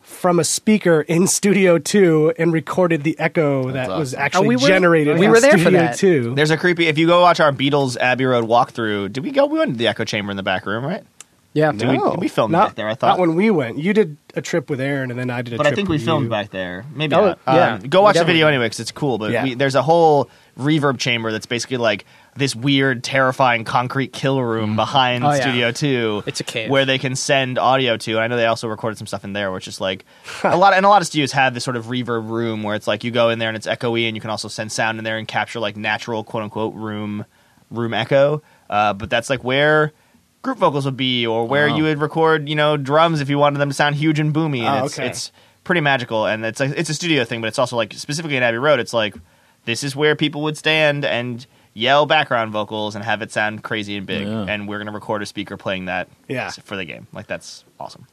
Speaker 1: from a speaker in Studio 2 and recorded the echo that was
Speaker 2: awesome.
Speaker 1: actually
Speaker 4: Oh, we were-
Speaker 1: generated
Speaker 4: we
Speaker 1: in
Speaker 4: were there for
Speaker 1: Studio
Speaker 4: that.
Speaker 1: 2.
Speaker 3: There's a creepy. If you go watch our Beatles Abbey Road walkthrough, did we go? We went to the echo chamber in the back room, right?
Speaker 4: Yeah.
Speaker 3: Did we-
Speaker 4: Oh.
Speaker 3: did we film
Speaker 1: not,
Speaker 3: back there? I
Speaker 1: Not
Speaker 3: thought-
Speaker 1: when we went. You did a trip with Aaron and then I did a
Speaker 3: But
Speaker 1: trip
Speaker 3: I think we
Speaker 1: with
Speaker 3: filmed
Speaker 1: you.
Speaker 3: back there. Maybe
Speaker 4: Oh,
Speaker 3: not.
Speaker 4: yeah.
Speaker 3: Um, go watch
Speaker 4: We
Speaker 3: the video anyway because it's cool. But
Speaker 1: Yeah.
Speaker 3: we, there's a whole reverb chamber that's basically like this weird, terrifying concrete kill room behind
Speaker 4: Oh, yeah.
Speaker 3: Studio Two.
Speaker 4: It's a cave.
Speaker 3: where they can send audio to. And I know they also recorded some stuff in there, which is like a lot. And a lot of studios have this sort of reverb room where it's like you go in there and it's echoey, and you can also send sound in there and capture like natural quote unquote room room echo. Uh, but that's like where. Group vocals would be, or where
Speaker 2: Wow.
Speaker 3: you would record, you know, drums if you wanted them to sound huge and boomy. And
Speaker 1: Oh,
Speaker 3: it's,
Speaker 1: okay.
Speaker 3: it's pretty magical and it's like it's a studio thing but it's also like specifically in abbey road it's like this is where people would stand and yell background vocals and have it sound crazy and big
Speaker 2: Yeah.
Speaker 3: and we're going to record a speaker playing that
Speaker 1: Yeah.
Speaker 3: s- for the game like that's awesome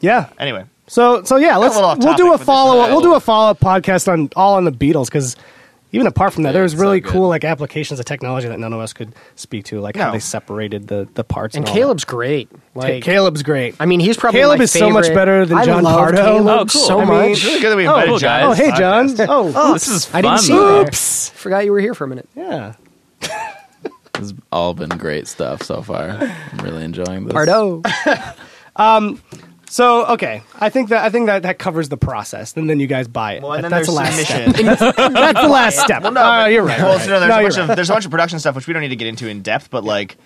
Speaker 1: Yeah.
Speaker 3: anyway
Speaker 1: So so yeah, let's
Speaker 3: little off
Speaker 1: we'll do a
Speaker 3: topic, but this
Speaker 1: follow
Speaker 3: is-
Speaker 1: up. We'll do a follow up podcast on all on the Beatles because even apart from that,
Speaker 2: Yeah,
Speaker 1: there's
Speaker 2: it's so
Speaker 1: really
Speaker 2: good.
Speaker 1: cool like applications of technology that none of us could speak to, like how
Speaker 3: No.
Speaker 1: they separated the the parts.
Speaker 4: And
Speaker 1: all that.
Speaker 4: Caleb's great. Like,
Speaker 1: Caleb's great.
Speaker 4: I mean, he's probably
Speaker 1: Caleb
Speaker 4: my
Speaker 1: is so much
Speaker 4: favorite-
Speaker 1: better than
Speaker 4: I
Speaker 1: John
Speaker 4: love
Speaker 1: Pardo.
Speaker 4: Caleb
Speaker 2: Oh, cool.
Speaker 4: so
Speaker 2: I
Speaker 1: mean,
Speaker 4: much.
Speaker 3: really good that we invited Uh,
Speaker 2: cool,
Speaker 3: John
Speaker 2: guys.
Speaker 1: oh
Speaker 3: to the
Speaker 1: hey
Speaker 3: podcast.
Speaker 1: John. Oh,
Speaker 2: This is
Speaker 4: I
Speaker 2: fun.
Speaker 4: didn't see you
Speaker 2: though.
Speaker 4: there.
Speaker 1: Oops.
Speaker 4: Forgot you were here for a minute.
Speaker 1: yeah.
Speaker 2: It's all been great stuff so far. I'm really enjoying this.
Speaker 4: Pardo.
Speaker 1: So okay, I think that I think that that covers the process, and then you guys buy it.
Speaker 3: well, and
Speaker 1: That-
Speaker 3: then
Speaker 1: that's
Speaker 3: there's
Speaker 1: the last step.
Speaker 3: submission
Speaker 1: That's the last step.
Speaker 3: Well, no,
Speaker 1: Uh,
Speaker 3: but-
Speaker 1: you're right.
Speaker 3: Well,
Speaker 1: you're
Speaker 3: so
Speaker 1: right.
Speaker 3: no, there's,
Speaker 1: No,
Speaker 3: a
Speaker 1: you're
Speaker 3: bunch of, there's a bunch of production stuff which we don't need to get into in depth, but like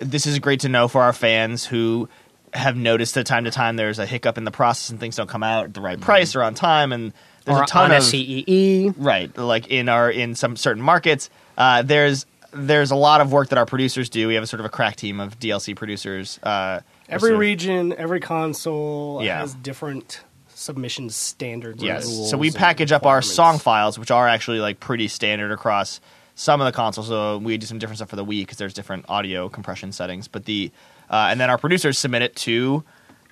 Speaker 3: this is great to know for our fans who have noticed that time to time there's a hiccup in the process and things don't come out at the
Speaker 1: Mm-hmm.
Speaker 3: right price or on time, and there's
Speaker 4: or
Speaker 3: a ton
Speaker 4: on
Speaker 3: of
Speaker 4: a CEE.
Speaker 3: right like in our in some certain markets uh, there's there's a lot of work that our producers do we have a sort of a crack team of dlc producers uh,
Speaker 1: Every
Speaker 3: sort of-
Speaker 1: region, every console
Speaker 3: Yeah.
Speaker 1: has different submission standards.
Speaker 3: yes
Speaker 1: rules
Speaker 3: so we
Speaker 1: and
Speaker 3: package up our
Speaker 1: requirements.
Speaker 3: song files which are actually like pretty standard across some of the consoles so we do some different stuff for the Wii because there's different audio compression settings but the uh, and then our producers submit it to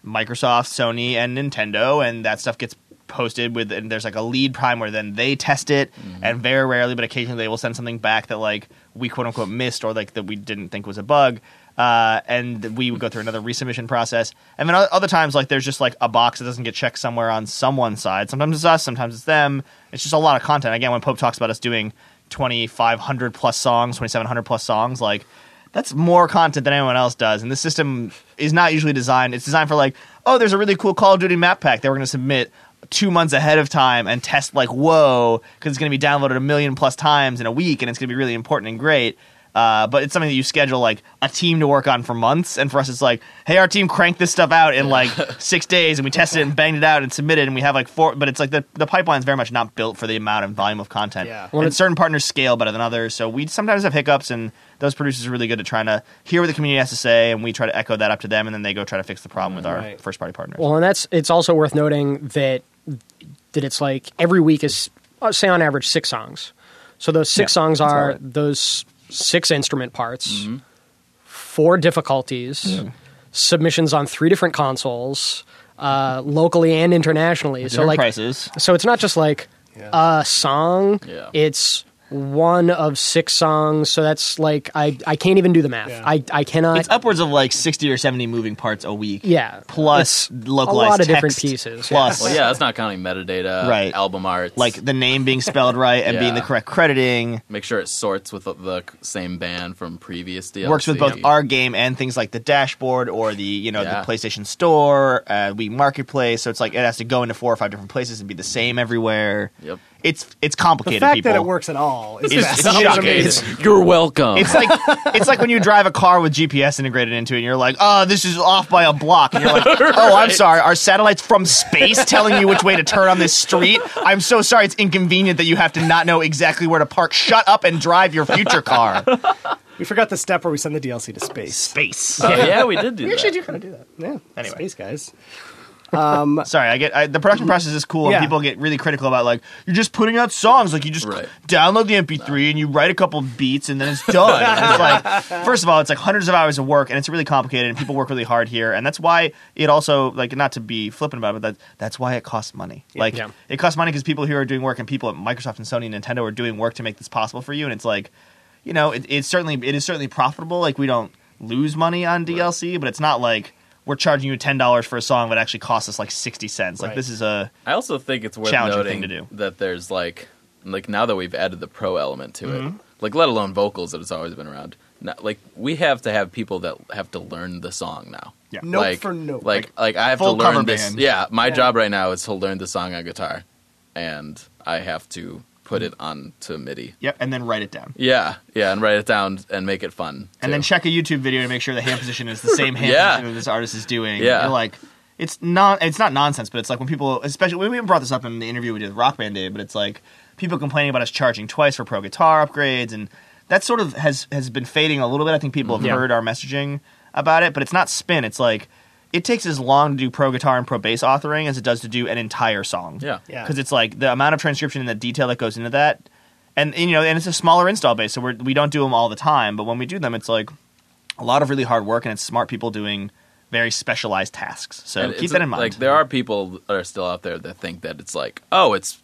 Speaker 3: microsoft sony and nintendo and that stuff gets posted with and there's like a lead prime where then they test it
Speaker 1: Mm-hmm.
Speaker 3: and very rarely but occasionally they will send something back that like we quote unquote missed or like that we didn't think was a bug uh, and we would go through another resubmission process and then o- other times like there's just like a box that doesn't get checked somewhere on someone's side sometimes it's us sometimes it's them it's just a lot of content again when pope talks about us doing 2500 plus songs 2700 plus songs like that's more content than anyone else does. And this system is not usually designed. It's designed for like, oh, there's a really cool Call of Duty map pack that we're going to submit two months ahead of time and test like, whoa, because it's going to be downloaded a million plus times in a week and it's going to be really important and great. Uh, but it's something that you schedule like a team to work on for months. And for us, it's like, hey, our team cranked this stuff out in like six days and we tested it and banged it out and submitted. And we have like four, but it's like the, the pipeline's very much not built for the amount and volume of content
Speaker 1: Yeah.
Speaker 3: and certain partners scale better than others. So we sometimes have hiccups, and those producers are really good at trying to hear what the community has to say, and we try to echo that up to them, and then they go try to fix the problem with our
Speaker 1: Right.
Speaker 3: first party partners.
Speaker 4: Well, and that's it's also worth noting that that it's like every week is uh, say on average six songs. So those six songs are those six instrument parts,
Speaker 1: Mm-hmm.
Speaker 4: four difficulties, submissions on three different consoles, uh, locally and internationally. So
Speaker 3: Different
Speaker 4: like
Speaker 3: prices.
Speaker 4: so it's not just like a song.
Speaker 2: Yeah.
Speaker 4: It's one of six songs. So that's like I I can't even do the math.
Speaker 1: Yeah.
Speaker 4: I I cannot.
Speaker 3: It's upwards of like sixty or seventy moving parts a week.
Speaker 4: yeah.
Speaker 3: Plus
Speaker 4: It's
Speaker 3: localized
Speaker 4: a lot of different
Speaker 3: text,
Speaker 4: pieces. yeah.
Speaker 3: Plus,
Speaker 2: Well, yeah, that's not counting metadata,
Speaker 3: Right.
Speaker 2: album art,
Speaker 3: like the name being spelled right and being the
Speaker 2: Yeah.
Speaker 3: correct crediting.
Speaker 2: make sure it sorts with the, the same band from previous DLC.
Speaker 3: Works with both our game and things like the dashboard or the you know
Speaker 2: Yeah.
Speaker 3: the PlayStation Store, uh, we Marketplace. So it's like it has to go into four or five different places and be the same everywhere.
Speaker 2: Yep.
Speaker 3: it's it's
Speaker 1: The
Speaker 3: complicated.
Speaker 1: fact
Speaker 3: people.
Speaker 1: that it works at all is
Speaker 3: It's-
Speaker 1: fascinating.
Speaker 3: it's shocking.
Speaker 1: amazing.
Speaker 2: You're welcome.
Speaker 3: It's like it's like when you drive a car with GPS integrated into it, and you're like, "Oh, this is off by a block," and you're like, "Oh, I'm sorry, our satellite's from space telling you which way to turn on this street. I'm so sorry, it's inconvenient that you have to not know exactly where to park. Shut up and drive your future car."
Speaker 1: We forgot the step where we send the DLC to space.
Speaker 3: Space.
Speaker 2: Oh, yeah, we did do that.
Speaker 1: do kind of do that. Yeah.
Speaker 3: Anyway.
Speaker 1: Space guys.
Speaker 3: Sorry, I get I, the production process is cool,
Speaker 1: Yeah.
Speaker 3: and people get really critical about like you're just putting out songs. Like you just
Speaker 2: Right.
Speaker 3: download the MP3 and you write a couple beats, and then it's done. And it's like first of all, it's like hundreds of hours of work, and it's really complicated, and people work really hard here, and that's why it also like not to be flippant about it, but that that's why it costs money. Like
Speaker 4: Yeah.
Speaker 3: it costs money because people here are doing work, and people at Microsoft and Sony and Nintendo are doing work to make this possible for you, and it's like you know it, it's certainly it is certainly profitable. Like we don't lose money on DLC, but it's not like we're charging you ten dollars for a song that actually costs us like sixty cents. Like
Speaker 1: Right.
Speaker 3: this is a
Speaker 2: I also think it's worth
Speaker 3: Challenging
Speaker 2: noting
Speaker 3: thing to do.
Speaker 2: that there's like like now that we've added the pro element to
Speaker 3: Mm-hmm.
Speaker 2: it, like let alone vocals that it's always been around. Now, like we have to have people that have to learn the song now.
Speaker 3: yeah.
Speaker 1: Nope
Speaker 2: like,
Speaker 1: for nope.
Speaker 2: Like like I have to
Speaker 3: full cover
Speaker 2: learn this.
Speaker 3: band.
Speaker 2: Yeah, my
Speaker 1: Yeah.
Speaker 2: job right now is to learn the song on guitar, and I have to
Speaker 3: Mm.
Speaker 2: put it on to MIDI.
Speaker 3: Yep, and then write it down.
Speaker 2: Yeah, yeah, and write it down and make it fun.
Speaker 3: And then
Speaker 2: too.
Speaker 3: check a YouTube video to make sure the hand position is the same hand
Speaker 2: Yeah.
Speaker 3: position that this artist is doing.
Speaker 2: Yeah.
Speaker 3: You're like it's not it's not nonsense, but it's like when people especially we even brought this up in the interview we did with Rock Band Day, but it's like people complaining about us charging twice for pro guitar upgrades and that sort of has has been fading a little bit. I think people have
Speaker 4: Yeah.
Speaker 3: heard our messaging about it, but it's not spin. It's like it takes as long to do pro guitar and pro bass authoring as it does to do an entire song.
Speaker 2: Yeah.
Speaker 1: Yeah.
Speaker 3: Because it's like the amount of transcription and the detail that goes into that, and, and, you know, and it's a smaller install base, so we're, we don't do them all the time. But when we do them, it's like a lot of really hard work, and it's smart people doing very specialized tasks. So
Speaker 2: And
Speaker 3: keep
Speaker 2: it's-
Speaker 3: that in mind.
Speaker 2: Like there are people that are still out there that think that it's like, oh, it's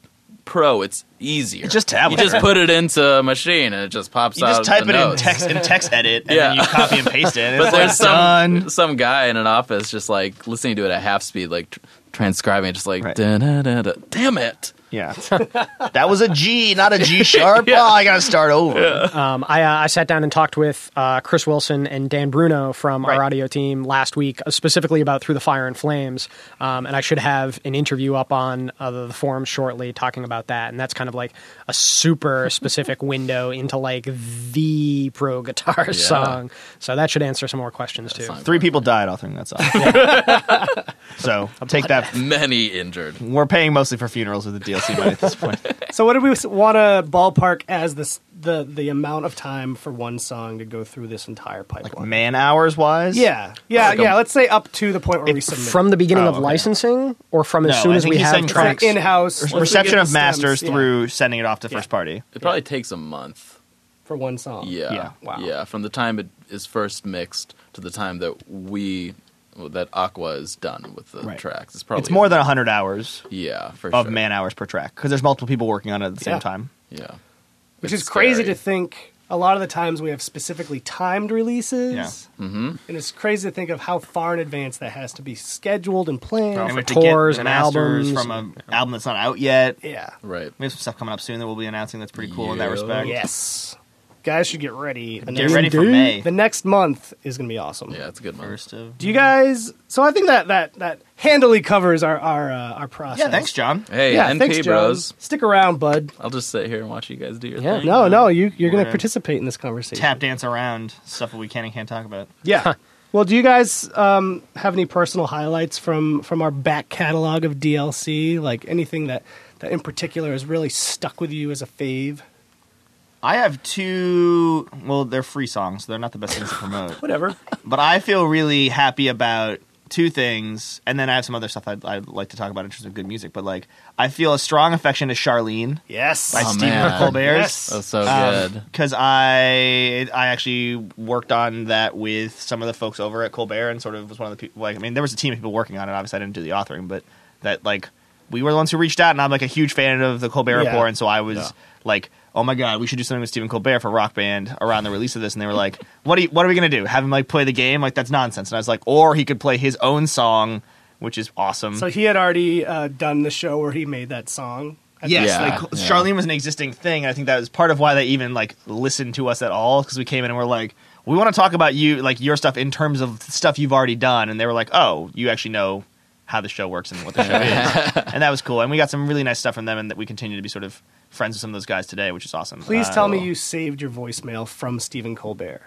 Speaker 2: pro, it's easier.
Speaker 3: It's just tablet.
Speaker 2: You just put it into a machine and it just pops
Speaker 3: you
Speaker 2: out.
Speaker 3: just
Speaker 2: of
Speaker 3: type
Speaker 2: the
Speaker 3: it in
Speaker 2: notes.
Speaker 3: text in text edit, and then
Speaker 2: Yeah.
Speaker 3: you copy and paste it. And
Speaker 2: But
Speaker 3: it's like,
Speaker 2: there's some
Speaker 3: done.
Speaker 2: some guy in an office just like listening to it at half speed, like tr- transcribing, it, just like
Speaker 3: Right.
Speaker 2: da-da-da-da. damn it.
Speaker 3: Yeah, that was a G, not a G sharp. Oh, I gotta start over.
Speaker 4: Um, I, uh, I sat down and talked with uh, Chris Wilson and Dan Bruno from our
Speaker 3: Right.
Speaker 4: audio team last week, uh, specifically about Through the Fire and Flames. Um, and I should have an interview up on uh, the, the forum shortly talking about that. And that's kind of like a super specific window into like the pro guitar song. So that should answer some more questions too.
Speaker 2: song.
Speaker 3: Three people died authoring that song. so take that.
Speaker 2: Many injured.
Speaker 3: We're paying mostly for funerals with the DLC money at this point.
Speaker 1: So what did we want to ballpark as this the the amount of time for one song to go through this entire pipeline?
Speaker 3: Man hours wise,
Speaker 1: yeah, yeah,
Speaker 2: Like a-
Speaker 1: yeah. let's say up to the point where we submit
Speaker 4: From the beginning
Speaker 3: Oh,
Speaker 4: of
Speaker 3: okay.
Speaker 4: licensing or from as
Speaker 3: No,
Speaker 4: soon
Speaker 3: I
Speaker 4: as
Speaker 3: think
Speaker 4: we
Speaker 3: he's
Speaker 4: have
Speaker 3: saying
Speaker 4: tracks?
Speaker 1: in house
Speaker 3: reception of masters through sending it off to first party.
Speaker 2: It probably takes a month.
Speaker 1: for one song.
Speaker 2: Yeah.
Speaker 3: Yeah.
Speaker 1: Wow.
Speaker 2: Yeah. From the time it is first mixed to the time that we that Aqua is done with the
Speaker 3: Right.
Speaker 2: tracks. It's probably
Speaker 3: It's more than 100 hours
Speaker 2: yeah, for
Speaker 3: of
Speaker 2: sure.
Speaker 3: man hours per track because there's multiple people working on it at the same
Speaker 1: Yeah.
Speaker 3: time.
Speaker 2: Yeah.
Speaker 1: which
Speaker 2: It's
Speaker 1: is crazy to
Speaker 2: scary.
Speaker 1: think. A lot of the times we have specifically timed releases,
Speaker 3: Yeah. Mm-hmm.
Speaker 1: and it's crazy to think of how far in advance that has to be scheduled and planned.
Speaker 3: And we
Speaker 4: for
Speaker 3: have to get
Speaker 4: tours
Speaker 3: the
Speaker 4: and
Speaker 3: masters
Speaker 4: albums
Speaker 3: from an album that's not out yet.
Speaker 1: yeah.
Speaker 2: Right.
Speaker 3: We have some stuff coming up soon that we'll be announcing that's pretty cool in that
Speaker 2: Yeah.
Speaker 3: respect.
Speaker 1: Yes, guys should get ready. The
Speaker 3: Get ready for May.
Speaker 1: The next month is going to be awesome.
Speaker 2: Yeah, it's a good one.
Speaker 3: First of-
Speaker 1: Do you guys? So I think that that that handily covers our our uh, our process.
Speaker 3: yeah, thanks, John.
Speaker 2: Hey,
Speaker 1: yeah,
Speaker 2: NP
Speaker 1: thanks, Joe.
Speaker 2: bros.
Speaker 1: Stick around, bud.
Speaker 2: I'll just sit here and watch you guys do your
Speaker 4: Yeah,
Speaker 2: thing.
Speaker 1: No, no, you you're
Speaker 3: We're
Speaker 1: going to
Speaker 3: gonna
Speaker 1: participate in this conversation.
Speaker 3: Tap dance around stuff that we can and can't talk about.
Speaker 1: Yeah. well, do you guys um, have any personal highlights from from our back catalog of DLC? Like anything that that in particular has really stuck with you as a fave?
Speaker 3: I have two. Well, they're free songs. So they're not the best things to promote.
Speaker 1: Whatever.
Speaker 3: but I feel really happy about two things, and then I have some other stuff I'd, I'd like to talk about in terms of good music. But like, I feel a strong affection to Charlene
Speaker 1: yes.
Speaker 3: by
Speaker 2: Oh,
Speaker 3: Stephen
Speaker 2: man.
Speaker 3: Colbert.
Speaker 1: Yes.
Speaker 2: That's so good.
Speaker 3: Because Um, I I actually worked on that with some of the folks over at Colbert, and sort of was one of the people. Like, I mean, there was a team of people working on it. Obviously, I didn't do the authoring, but that like we were the ones who reached out, and I'm like a huge fan of the Colbert
Speaker 1: Yeah.
Speaker 3: Report, and so I was
Speaker 2: Yeah.
Speaker 3: like. Oh my God! We should do something with Stephen Colbert for Rock Band around the release of this, and they were like, "What? Are you, what are we gonna do? Have him like play the game? Like that's nonsense." And I was like, "Or he could play his own song, which is awesome."
Speaker 1: So he had already uh, done the show where he made that song. I
Speaker 3: Yes,
Speaker 2: Yeah,
Speaker 3: like
Speaker 2: yeah.
Speaker 3: Charlene was an existing thing. And I think that was part of why they even like listened to us at all because we came in and we're like, we want to talk about you, like your stuff in terms of stuff you've already done, and they were like, oh, you actually know how the show works and what the show is. And that was cool. And we got some really nice stuff from them, and that we continue to be sort of friends with some of those guys today, which is awesome.
Speaker 1: Please
Speaker 3: Uh,
Speaker 1: tell me you saved your voicemail from Stephen Colbert.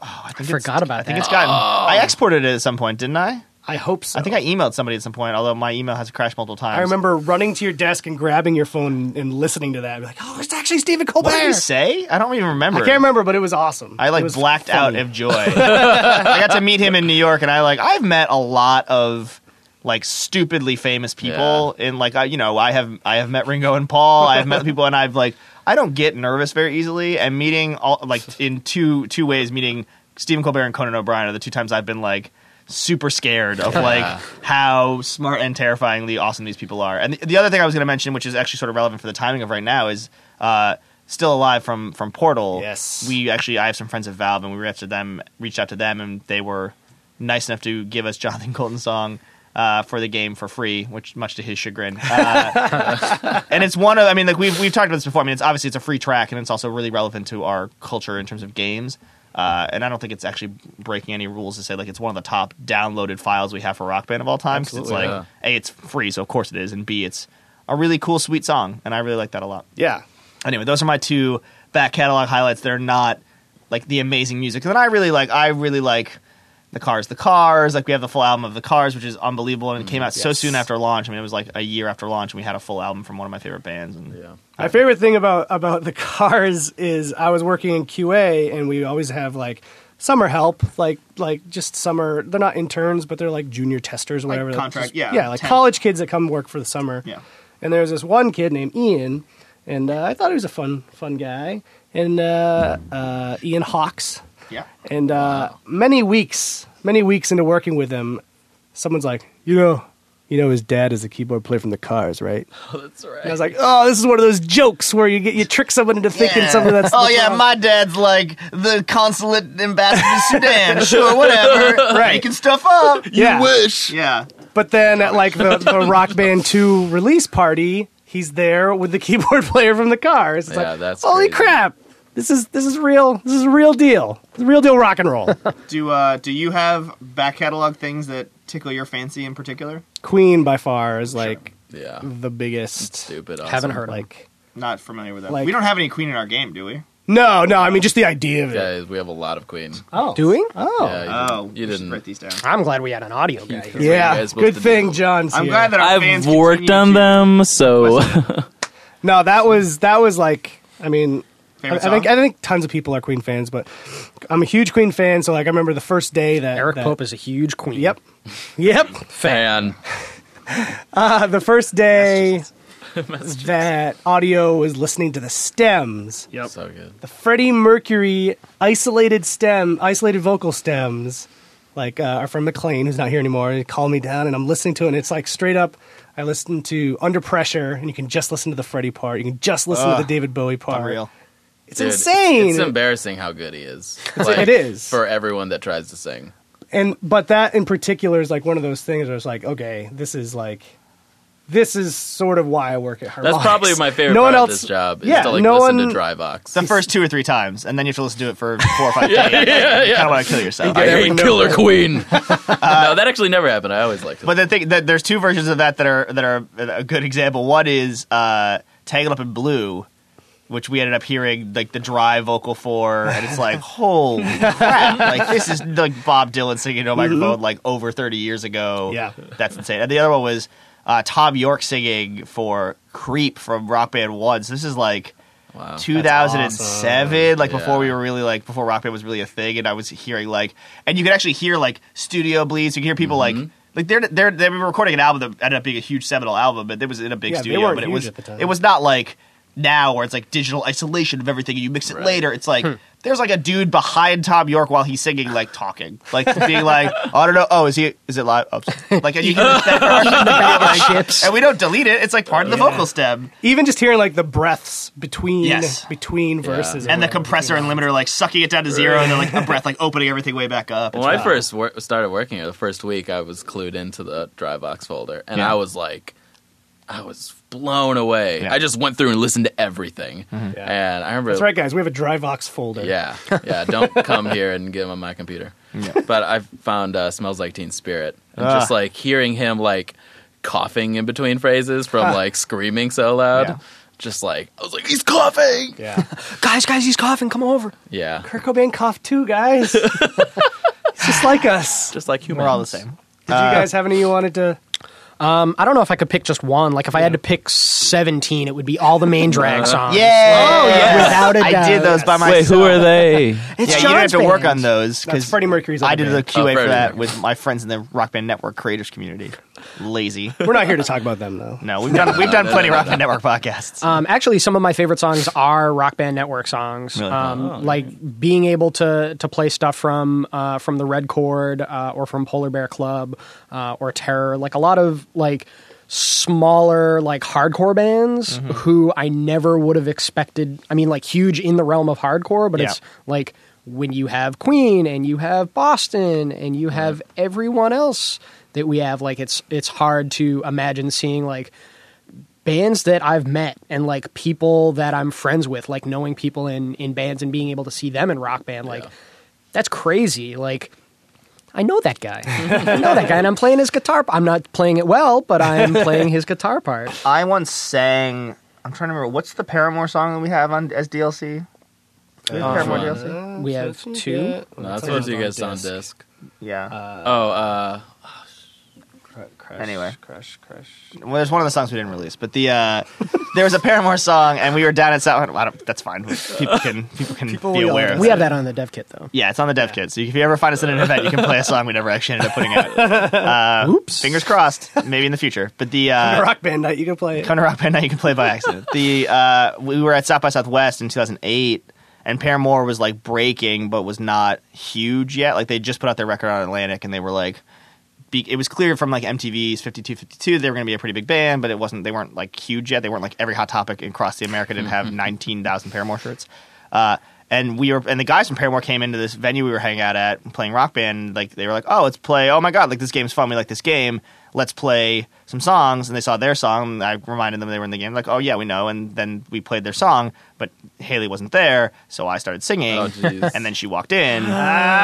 Speaker 3: oh, I think
Speaker 4: I
Speaker 3: it's-
Speaker 4: forgot about
Speaker 3: I think
Speaker 4: that.
Speaker 3: it's gotten. I exported it at some point, didn't I?
Speaker 1: I hope so.
Speaker 3: I think I emailed somebody at some point, although my email has crashed multiple times.
Speaker 1: I remember running to your desk and grabbing your phone and listening to that. Like, oh, it's actually Stephen Colbert.
Speaker 3: What did he say? I don't even remember.
Speaker 1: I can't remember, but it was awesome.
Speaker 3: I
Speaker 1: It
Speaker 3: like
Speaker 1: was
Speaker 3: blacked
Speaker 1: funny.
Speaker 3: out of joy. I got to meet him in New York, and I like I've met a lot of like stupidly famous people, and like I you know I have I have met Ringo and Paul. I've met people, and I've like I don't get nervous very easily. And meeting all like in two two ways, meeting Stephen Colbert and Conan O'Brien are the two times I've been like super scared of like how smart and terrifyingly awesome these people are. And the, the other thing I was going to mention, which is actually sort of relevant for the timing of right now, is. uh Still alive from from Portal.
Speaker 1: Yes.
Speaker 3: we actually I have some friends at Valve and we reached out to them reached out to them and they were nice enough to give us Jonathan Colton's song uh, for the game for free, which much to his chagrin. Uh, and it's one of I mean like we've we've talked about this before. I mean it's obviously it's a free track and it's also really relevant to our culture in terms of games. Uh, and I don't think it's actually breaking any rules to say like it's one of the top downloaded files we have for Rock Band of all time. 'cause
Speaker 2: Absolutely,
Speaker 3: it's like a it's free, so of course it is, and b it's a really cool sweet song, and I really like that a lot
Speaker 1: Yeah.
Speaker 3: anyway, those are my two back catalog highlights. They're not like the amazing music. And I really like I really like the Cars, the Cars. Like we have the full album of the Cars, which is unbelievable, and it
Speaker 5: Mm-hmm.
Speaker 3: came out so
Speaker 1: yes.
Speaker 3: soon after launch. I mean, it was like a year after launch, and we had a full album from one of my favorite bands. And
Speaker 2: Yeah.
Speaker 1: My favorite thing about about the cars is I was working in QA and we always have like summer help, like like just summer. They're not interns, but they're like junior testers, whatever. That's
Speaker 3: contract-
Speaker 1: just-
Speaker 3: yeah,
Speaker 1: yeah, like
Speaker 3: temp.
Speaker 1: college kids that come work for the summer.
Speaker 3: Yeah.
Speaker 1: And there's this one kid named Ian, and uh, I thought he was a fun fun guy, and uh, uh, Ian Hawks.
Speaker 3: yeah.
Speaker 1: And uh, many weeks, many weeks into working with him, someone's like, you know, you know, his dad is a keyboard player from the Cars, right?
Speaker 2: Oh, that's right.
Speaker 1: And I was like, oh, this is one of those jokes where you get you trick someone into thinking something that's
Speaker 3: oh yeah, my dad's like the consulate ambassador to Sudan. Sure, whatever.
Speaker 1: Right.
Speaker 3: making stuff up.
Speaker 1: yeah.
Speaker 2: wish.
Speaker 3: Yeah,
Speaker 1: But then at like the, the Rock Band Two release party, he's there with the keyboard player from the Cars. It's
Speaker 2: Yeah,
Speaker 1: like,
Speaker 2: that's
Speaker 1: holy
Speaker 2: crazy.
Speaker 1: crap! This is this is real. This is real deal. Real deal rock and roll.
Speaker 5: Do uh, do you have back catalog things that tickle your fancy in particular?
Speaker 1: Queen by far is like
Speaker 2: Yeah.
Speaker 1: the biggest.
Speaker 2: Stupid. Awesome.
Speaker 4: Haven't heard of him.
Speaker 1: Like
Speaker 5: Not familiar with that.
Speaker 1: Like-
Speaker 5: we don't have any Queen in our game, do we?
Speaker 1: no, no. I mean, just the idea of it.
Speaker 2: Guys, we have a lot of Queen.
Speaker 1: Oh,
Speaker 4: Doing?
Speaker 1: Oh,
Speaker 2: Yeah, you,
Speaker 5: Oh,
Speaker 2: you
Speaker 5: we should
Speaker 2: didn't.
Speaker 5: write these down.
Speaker 4: I'm glad we had an audio guy. here.
Speaker 2: You
Speaker 1: yeah.
Speaker 2: guys supposed
Speaker 1: Good
Speaker 2: to
Speaker 1: thing
Speaker 2: do.
Speaker 1: John's.
Speaker 5: I'm
Speaker 1: here.
Speaker 5: glad that our
Speaker 2: I've
Speaker 5: fans
Speaker 2: worked
Speaker 5: continue
Speaker 2: on
Speaker 5: to-
Speaker 2: them, so
Speaker 1: No, that was that was like I mean I, I
Speaker 5: Favorite
Speaker 1: think
Speaker 5: song?
Speaker 1: I think tons of people are Queen fans, but I'm a huge Queen fan, so like I remember the first day that
Speaker 4: Eric
Speaker 1: that-
Speaker 4: Pope is a huge queen.
Speaker 1: Yep. Yep.
Speaker 2: fan.
Speaker 1: Uh, the first day that audio was listening to the stems.
Speaker 4: Yep.
Speaker 2: So good.
Speaker 1: The Freddie Mercury isolated stem, isolated vocal stems, like uh, our friend McLean, who's not here anymore, he called me down and I'm listening to it, and it's like straight up. I listen to Under Pressure, and you can just listen to the Freddie part. You can just listen to the David Bowie part.
Speaker 3: real.
Speaker 1: It's
Speaker 2: Dude,
Speaker 1: insane.
Speaker 2: It's embarrassing how good he is.
Speaker 1: it is.
Speaker 2: for everyone that tries to sing.
Speaker 1: and but that in particular is like one of those things where it's like, okay, this is like, this is sort of why I work at Harmonics.
Speaker 2: That's probably my favorite
Speaker 1: No one else.
Speaker 2: part of this job. Is
Speaker 1: yeah,
Speaker 2: to like
Speaker 1: no
Speaker 2: listen
Speaker 1: one-
Speaker 2: to Dryvox.
Speaker 3: the first two or three times, and then you have to listen to it for four or five days.
Speaker 2: yeah,
Speaker 3: Kind
Speaker 2: yeah.
Speaker 3: of want to kill yourself.
Speaker 2: I
Speaker 1: everything
Speaker 2: hate
Speaker 1: that-
Speaker 2: Killer Queen. no, that actually never happened. I always liked it.
Speaker 3: But the thing that there's two versions of that that are that are a good example. One is uh, "Tangled Up in Blue," which we ended up hearing like the dry vocal for, and it's like, holy crap! Like this is like Bob Dylan singing into a microphone like over 30 years ago.
Speaker 1: Yeah.
Speaker 3: that's insane. And the other one was uh, Tom York singing for "Creep" from Rock Band One. So this is like.
Speaker 2: wow.
Speaker 3: 2007 like before
Speaker 2: Oh, Yeah.
Speaker 3: we were really like before rock band was really a thing and i was hearing like and you could actually hear like studio bleeds you could hear people
Speaker 2: Mm-hmm.
Speaker 3: like like they're, they're they were recording an album that ended up being a huge seminal album but it was in a big
Speaker 1: Yeah, they
Speaker 3: studio
Speaker 1: weren't
Speaker 3: but it
Speaker 1: huge
Speaker 3: was
Speaker 1: at the time.
Speaker 3: it was not like now where it's like digital isolation of everything and you mix it
Speaker 2: Right. Hmm.
Speaker 3: later it's like there's like a dude behind tom york while he's singing like talking like being like oh, i don't know oh is he is it live oh, sorry. like and you can like,
Speaker 4: Chips.
Speaker 3: and we don't delete it it's like part of the vocal stem
Speaker 1: Even just hearing like the breaths between
Speaker 3: Yes.
Speaker 1: between verses
Speaker 3: and the
Speaker 1: whatever.
Speaker 3: compressor and limiter like sucking it down to zero, and then like the breath like opening everything way back up.
Speaker 2: When I first wor- started working here, the first week I was clued into the Dryvox folder, and
Speaker 3: Yeah.
Speaker 2: I was like, I was blown away.
Speaker 3: Yeah. Mm-hmm.
Speaker 2: I just went through and listened to everything,
Speaker 1: Yeah.
Speaker 2: and I remember.
Speaker 1: That's right, guys. We have a Dryvox folder.
Speaker 2: Yeah, yeah. Don't come here and get them on my computer. But I found uh, "Smells Like Teen Spirit," and
Speaker 3: Ah.
Speaker 2: just like hearing him like coughing in between phrases from like screaming so loud.
Speaker 3: Yeah.
Speaker 2: Just like I was like, he's coughing. Yeah,
Speaker 1: Yeah.
Speaker 4: Guys, guys, he's coughing. Come over.
Speaker 1: Kurt Cobain coughed too, guys. It's just like us. Did
Speaker 2: just like humans.
Speaker 3: We're all the same. Uh,
Speaker 1: you guys have any you wanted to?
Speaker 4: Um, I don't know if I could pick just one. Like if I had to pick seventeen, it would be all the main drag songs.
Speaker 3: Yeah. Oh
Speaker 1: yeah. Without a
Speaker 3: I did
Speaker 1: doubt.
Speaker 3: those by myself.
Speaker 2: Wait, who are they?
Speaker 3: yeah, you
Speaker 1: John's
Speaker 3: don't have to work
Speaker 1: band.
Speaker 3: on those
Speaker 1: That's
Speaker 3: because
Speaker 1: Freddie Mercury's
Speaker 3: I
Speaker 1: other
Speaker 3: did the
Speaker 1: band.
Speaker 2: Oh,
Speaker 3: QA
Speaker 2: Freddie
Speaker 3: for that
Speaker 2: Mercury.
Speaker 3: with my friends in the Rock Band Network creators community. Lazy.
Speaker 1: We're not here to talk about them though.
Speaker 3: No, we've done we've done plenty of Rock Band Network podcasts.
Speaker 4: Um, actually, some of my favorite songs are Rock Band Network songs.
Speaker 3: Really? Oh,
Speaker 4: Um, like being able to to play stuff from uh, from the Red Chord uh, or from Polar Bear Club uh, or Terror. Like a lot of like smaller like hardcore bands
Speaker 3: Mm-hmm.
Speaker 4: who I never would have expected. I mean, like huge in the realm of hardcore, but
Speaker 3: Yeah.
Speaker 4: it's like when you have Queen and you have Boston and you have everyone else that we have. Like it's it's hard to imagine seeing like bands that I've met and like people that I'm friends with, like knowing people in in bands and being able to see them in rock band, like that's crazy. Like I know that guy. I know that guy, and I'm playing his guitar. I'm not playing it well, but I'm playing his guitar part.
Speaker 3: I once sang. I'm trying to remember what's the Paramore song that we have on as DLC. Do we have Paramore
Speaker 2: fun.
Speaker 3: DLC?
Speaker 1: Uh,
Speaker 4: We have two.
Speaker 2: No, that's what you guys on disc.
Speaker 3: Yeah.
Speaker 2: Oh, uh,
Speaker 3: Anyway.
Speaker 5: crush, crush.
Speaker 3: Well, there's one of the songs we didn't release, but the uh, there was a Paramore song, and we were down at South. I don't, that's fine. People can people can be
Speaker 1: will
Speaker 3: aware. Of
Speaker 4: We
Speaker 3: that.
Speaker 4: have that on the dev kit though.
Speaker 3: Yeah, it's on the dev kit. So if you ever find us at an event, you can play a song we never actually ended up putting out. Uh,
Speaker 4: Oops.
Speaker 3: Fingers crossed, maybe in the future. But the
Speaker 1: Uh,
Speaker 3: uh,
Speaker 1: rock band night. You can play it.
Speaker 3: Come to Rock Band Night, you can play by accident. the uh, we were at South by Southwest in 2008, and Paramore was like breaking, but was not huge yet. Like they just put out their record on Atlantic, and they were like, be- it was clear from like MTV's 5252 they were going to be a pretty big band, but it wasn't. They weren't like huge yet. They weren't like every hot topic across the America didn't have 19,000 Paramore shirts. Uh, and we were, and the guys from Paramore came into this venue we were hanging out at playing Rock Band. And, like they were like, "Oh, let's play! Oh my God! Like this game's fun. We like this game. Let's play some songs." And they saw their song. And I reminded them they were in the game. Like, "Oh yeah, we know." And then we played their song, but Haley wasn't there, so I started singing.
Speaker 2: Oh, jeez.
Speaker 3: and then she walked in, and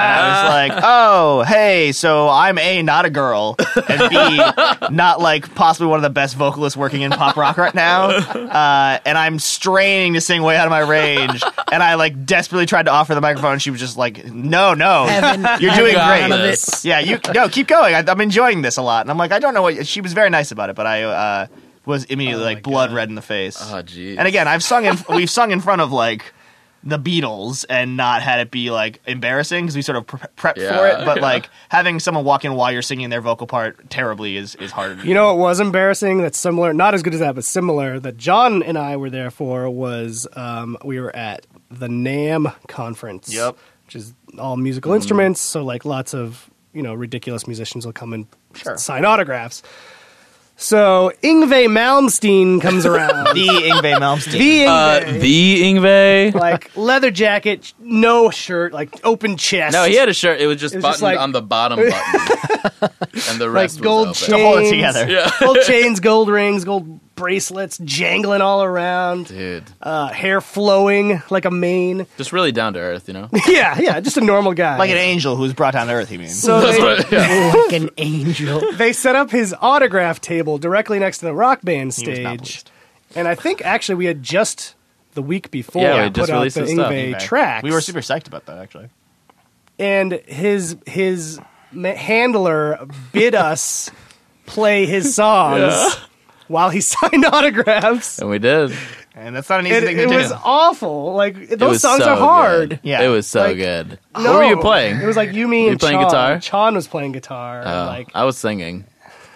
Speaker 3: I was like, "Oh, hey! So I'm a not a girl, and b not like possibly one of the best vocalists working in pop rock right now, uh, and I'm straining to sing way out of my range, and I like desperately tried to offer the microphone, and she was just like, "No, no, you're doing
Speaker 2: got
Speaker 3: great."
Speaker 2: this.
Speaker 3: Yeah, you no, keep going. I, I'm enjoying this a lot, and I'm like, I don't know what she was very nice about it, but I uh, was immediately like blood red in the face.
Speaker 2: Oh, jeez.
Speaker 3: And again, I've sung in we've sung in front of like the Beatles and not had it be like embarrassing because we sort of pre- prepped for
Speaker 2: Yeah,
Speaker 3: it. But
Speaker 2: yeah.
Speaker 3: like having someone walk in while you're singing their vocal part terribly is is hard.
Speaker 1: You know what was embarrassing that's similar, not as good as that, but similar that John and I were there for was um, we were at the NAM conference.
Speaker 3: Yep.
Speaker 1: Which is all
Speaker 2: Mm-hmm.
Speaker 1: musical instruments. So, like, lots of, you know, ridiculous musicians will come and
Speaker 3: Sure.
Speaker 1: sign autographs. So, Ingve Malmsteen comes around.
Speaker 3: the Ingve Malmsteen.
Speaker 1: the
Speaker 2: uh,
Speaker 1: Ingve.
Speaker 2: the Ingve.
Speaker 1: like, leather jacket, no shirt, like, open chest.
Speaker 2: No, he had a shirt. It was just
Speaker 1: It was
Speaker 2: buttoned
Speaker 1: just like-
Speaker 2: on the bottom button, and the
Speaker 1: like
Speaker 2: rest
Speaker 1: gold
Speaker 2: was
Speaker 1: chains,
Speaker 2: open. Oh,
Speaker 3: hold it together.
Speaker 1: gold chains, gold rings, gold bracelets jangling all around.
Speaker 2: Dude,
Speaker 1: uh, hair flowing like a mane.
Speaker 2: just really down to earth, you know.
Speaker 1: yeah, yeah, just a normal guy.
Speaker 3: Like an angel who's brought down to earth, you mean?
Speaker 1: so
Speaker 2: That's
Speaker 1: they,
Speaker 2: what- yeah.
Speaker 4: like an angel.
Speaker 1: they set up his autograph table directly next to the rock band
Speaker 3: was not
Speaker 1: stage,
Speaker 3: pleased.
Speaker 1: and I think actually we had just the week before
Speaker 2: Yeah, we
Speaker 1: put
Speaker 2: just
Speaker 1: out
Speaker 2: released
Speaker 1: the
Speaker 2: his stuff.
Speaker 1: Ingve
Speaker 3: Okay.
Speaker 1: tracks.
Speaker 3: We were super psyched about that actually.
Speaker 1: and his his ma- handler bid us play his songs while he signed autographs.
Speaker 2: and we did.
Speaker 3: And that's not an easy
Speaker 1: It,
Speaker 3: thing to
Speaker 1: it
Speaker 3: do.
Speaker 1: was awful. Like
Speaker 2: It
Speaker 1: those
Speaker 2: was
Speaker 1: songs
Speaker 2: so
Speaker 1: are hard.
Speaker 2: Good.
Speaker 3: Yeah.
Speaker 2: it was so
Speaker 1: Like,
Speaker 2: good.
Speaker 1: No.
Speaker 2: What were you playing?
Speaker 1: It was like you, me,
Speaker 2: You
Speaker 1: and
Speaker 2: playing
Speaker 1: Chan.
Speaker 2: guitar?
Speaker 1: Chan was playing guitar.
Speaker 2: Oh,
Speaker 1: like
Speaker 2: I was singing.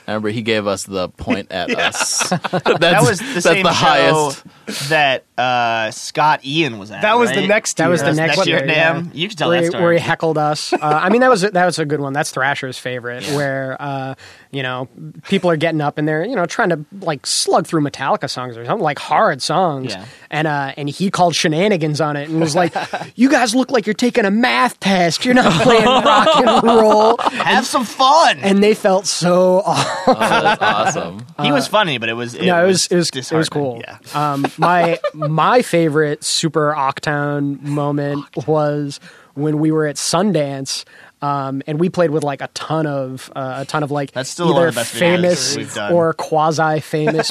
Speaker 2: I remember he gave us the point at us. that's,
Speaker 3: that was the
Speaker 2: that's
Speaker 3: same
Speaker 2: the
Speaker 3: show
Speaker 2: highest.
Speaker 3: that uh, Scott Ian was at.
Speaker 1: That was the
Speaker 3: right?
Speaker 1: next.
Speaker 4: That was
Speaker 1: year.
Speaker 4: the next,
Speaker 3: next year.
Speaker 4: year. yeah.
Speaker 3: Damn, you can tell
Speaker 4: where,
Speaker 3: that
Speaker 4: he-
Speaker 3: story.
Speaker 4: where he heckled us. Uh, I mean, that was that was a good one. That's Thrasher's favorite,
Speaker 3: Yeah.
Speaker 4: where uh, you know people are getting up and they're you know trying to like slug through Metallica songs or something like hard songs,
Speaker 3: Yeah.
Speaker 4: and uh, and he called shenanigans on it and was like, "You guys look like you're taking a math test. You're not playing rock and roll."
Speaker 3: Have some fun.
Speaker 4: And they felt so awful.
Speaker 2: Oh, that's awesome.
Speaker 3: he was funny, but it was it
Speaker 4: uh, no, it was
Speaker 3: was
Speaker 4: it was it was
Speaker 3: disheartening.
Speaker 4: cool.
Speaker 3: Yeah.
Speaker 4: Um, my my favorite super octane moment was when we were at Sundance, um, and we played with like a ton of uh, a ton of like
Speaker 3: That's still
Speaker 4: either
Speaker 3: one of the best video
Speaker 4: famous
Speaker 3: games we've done.
Speaker 4: or quasi famous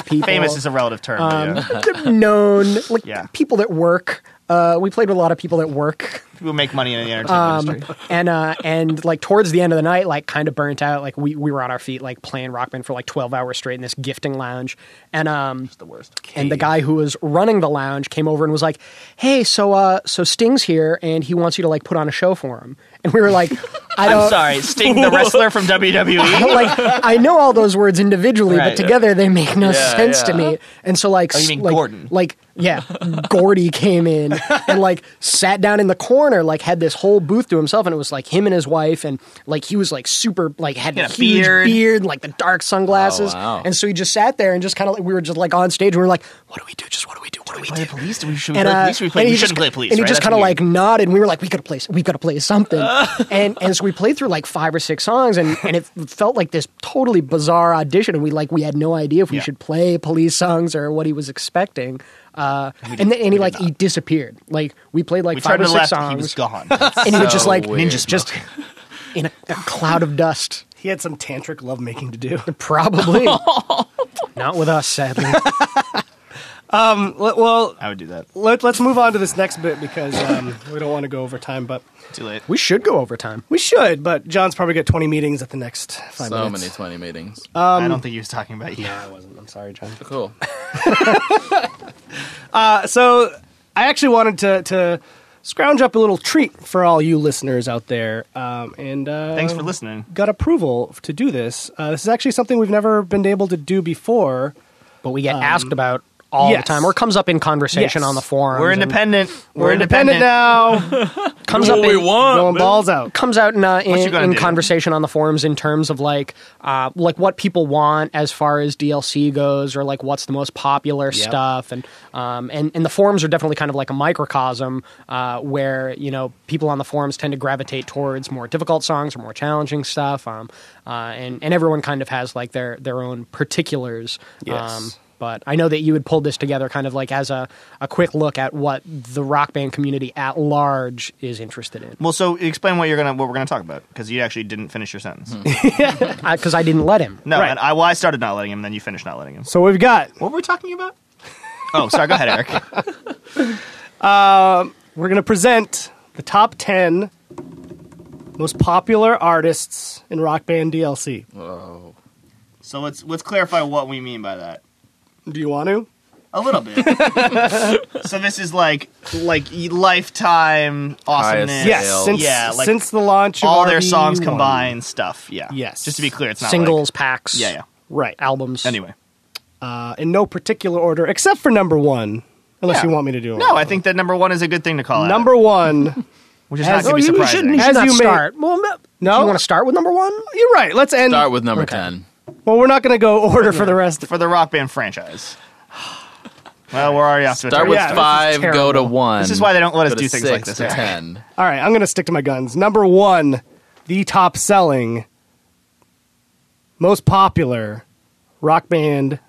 Speaker 4: people.
Speaker 3: Famous is a relative term. but
Speaker 4: um,
Speaker 3: yeah.
Speaker 4: known like
Speaker 3: Yeah.
Speaker 4: people that work. Uh, we played with a lot of people that work.
Speaker 3: People make money in the entertainment
Speaker 4: Um,
Speaker 3: industry.
Speaker 4: and uh, and like towards the end of the night, like kind of burnt out. Like we, we were on our feet, like playing Rockman for like twelve hours straight in this gifting lounge. And um,
Speaker 2: the worst.
Speaker 4: and the guy who was running the lounge came over and was like, "Hey, so uh, so Sting's here, and he wants you to like put on a show for him." And we were like, "I don't."
Speaker 3: I'm sorry, Sting the wrestler from E? WWE.
Speaker 4: like I know all those words individually,
Speaker 3: Right.
Speaker 4: but together they make no
Speaker 2: Yeah,
Speaker 4: sense to
Speaker 2: yeah.
Speaker 4: me. And so like,
Speaker 3: Oh, you mean
Speaker 4: like,
Speaker 3: Gordon.
Speaker 4: like yeah, Gordy came in and like sat down in the corner, like had this whole booth to himself, and it was like him and his wife, and like he was like super like had
Speaker 3: He
Speaker 4: a
Speaker 3: had a
Speaker 4: huge
Speaker 3: beard.
Speaker 4: beard. and like the dark sunglasses,
Speaker 2: Oh, wow.
Speaker 4: and so he just sat there and just kind of like we were just like on stage, and we were like, what do we do? Just what do we do? What do we
Speaker 3: Play
Speaker 4: do?
Speaker 3: police? Do we, should we
Speaker 4: and,
Speaker 3: play
Speaker 4: uh,
Speaker 3: police? We, play,
Speaker 4: and
Speaker 3: we
Speaker 4: he
Speaker 3: shouldn't
Speaker 4: just,
Speaker 3: play police.
Speaker 4: And he
Speaker 3: right?
Speaker 4: just
Speaker 3: That's
Speaker 4: kind of
Speaker 3: weird.
Speaker 4: like nodded, and we were like, "We gotta play, we gotta play something." and and so we played through like five or six songs, and and it felt like this totally bizarre audition, and we like we had no idea if we
Speaker 3: Yeah.
Speaker 4: should play police songs or what he was expecting. Uh, and then and he like he disappeared. Like we played like
Speaker 3: we
Speaker 4: five
Speaker 3: turned
Speaker 4: or
Speaker 3: to
Speaker 4: six
Speaker 3: the left, and he was
Speaker 4: songs,
Speaker 3: gone.
Speaker 4: and he was
Speaker 2: So
Speaker 4: just like
Speaker 2: weird.
Speaker 4: ninja, just in a, a cloud of dust.
Speaker 1: He had some tantric lovemaking to do.
Speaker 4: Probably not with us, sadly.
Speaker 1: Um, le- well,
Speaker 3: I would do that.
Speaker 1: let, let's move on to this next bit because um, we don't want to go over time, but
Speaker 3: Too late.
Speaker 4: We should go overtime.
Speaker 1: we should. But John's probably got 20 meetings at the next five
Speaker 2: so
Speaker 1: minutes.
Speaker 2: many 20 meetings.
Speaker 4: Um,
Speaker 3: I don't think he was talking about you.
Speaker 1: I wasn't. I'm sorry, John.
Speaker 2: cool.
Speaker 1: Uh, so I actually wanted to, to scrounge up a little treat for all you listeners out there. Um, and uh,
Speaker 3: Thanks for listening.
Speaker 1: Got approval to do this. Uh, this is actually something we've never been able to do before.
Speaker 4: But we get asked about all
Speaker 1: yes.
Speaker 4: the time, or comes up in conversation
Speaker 1: Yes.
Speaker 4: on the forum.
Speaker 3: We're independent. We're
Speaker 1: Independent
Speaker 3: independent. Oh,
Speaker 1: now.
Speaker 4: Comes
Speaker 2: what
Speaker 4: up
Speaker 2: we
Speaker 4: in,
Speaker 2: want.
Speaker 1: going
Speaker 2: man.
Speaker 1: balls out.
Speaker 4: comes out in, uh,
Speaker 3: you
Speaker 4: in,
Speaker 3: gonna
Speaker 4: in
Speaker 3: do?
Speaker 4: conversation on the forums in terms of like uh, like what people want as far as DLC goes, or like what's the most popular stuff, and um, and and the forums are definitely kind of like a microcosm uh, where you know people on the forums tend to gravitate towards more difficult songs or more challenging stuff, um, uh, and and everyone kind of has like their their own particulars. um,
Speaker 1: Yes.
Speaker 4: but I know that you had pulled this together kind of like as a, a quick look at what the rock band community at large is interested in.
Speaker 3: Well, so explain what you're gonna what we're gonna talk about because you actually didn't finish your sentence.
Speaker 4: Hmm. because I didn't let him.
Speaker 3: No,
Speaker 1: Right.
Speaker 3: and I, well, I started not letting him, then you finished not letting him.
Speaker 1: So we've got.
Speaker 3: What were we talking about? Oh, sorry. Go ahead, Eric.
Speaker 1: We're going to present the top ten most popular artists in Rock Band DLC.
Speaker 2: Whoa.
Speaker 5: So let's let's clarify what we mean by that
Speaker 1: Do you want to?
Speaker 5: a little bit.
Speaker 3: so this is like like e- lifetime awesomeness.
Speaker 2: Highest
Speaker 1: Yes,
Speaker 2: Sales.
Speaker 1: since,
Speaker 3: Yeah, like
Speaker 1: since the launch of
Speaker 3: all their
Speaker 1: RB1.
Speaker 3: songs combined stuff. Yeah.
Speaker 1: Yes.
Speaker 3: Just to be clear, it's not
Speaker 4: Singles, packs,
Speaker 3: Like, yeah, yeah.
Speaker 1: Right.
Speaker 4: albums.
Speaker 3: Anyway,
Speaker 1: Uh, in no particular order, except for number one, unless
Speaker 3: Yeah.
Speaker 1: you want me to do it.
Speaker 3: no, I think that number one is a good thing to call out.
Speaker 1: Number one.
Speaker 3: which is not
Speaker 1: as- oh,
Speaker 3: going to be
Speaker 1: you- we
Speaker 3: surprising.
Speaker 1: shouldn't-
Speaker 4: As
Speaker 1: As
Speaker 4: you
Speaker 1: you may-
Speaker 4: start, well,
Speaker 1: No?
Speaker 4: do you want to start with number one?
Speaker 1: You're right. Let's end.
Speaker 2: Start with number 10.
Speaker 1: well, we're not going to go order for the rest.
Speaker 3: for the rock band franchise. Well, we're already off to a
Speaker 2: Start
Speaker 3: terrible
Speaker 2: with
Speaker 1: Yeah, this is
Speaker 2: five, go to one.
Speaker 3: This is why they don't let us
Speaker 2: go to
Speaker 3: do things
Speaker 2: six,
Speaker 3: like this,
Speaker 2: To
Speaker 3: Eric.
Speaker 2: 10.
Speaker 1: All right, I'm going to stick to my guns. Number one, the top selling, most popular rock band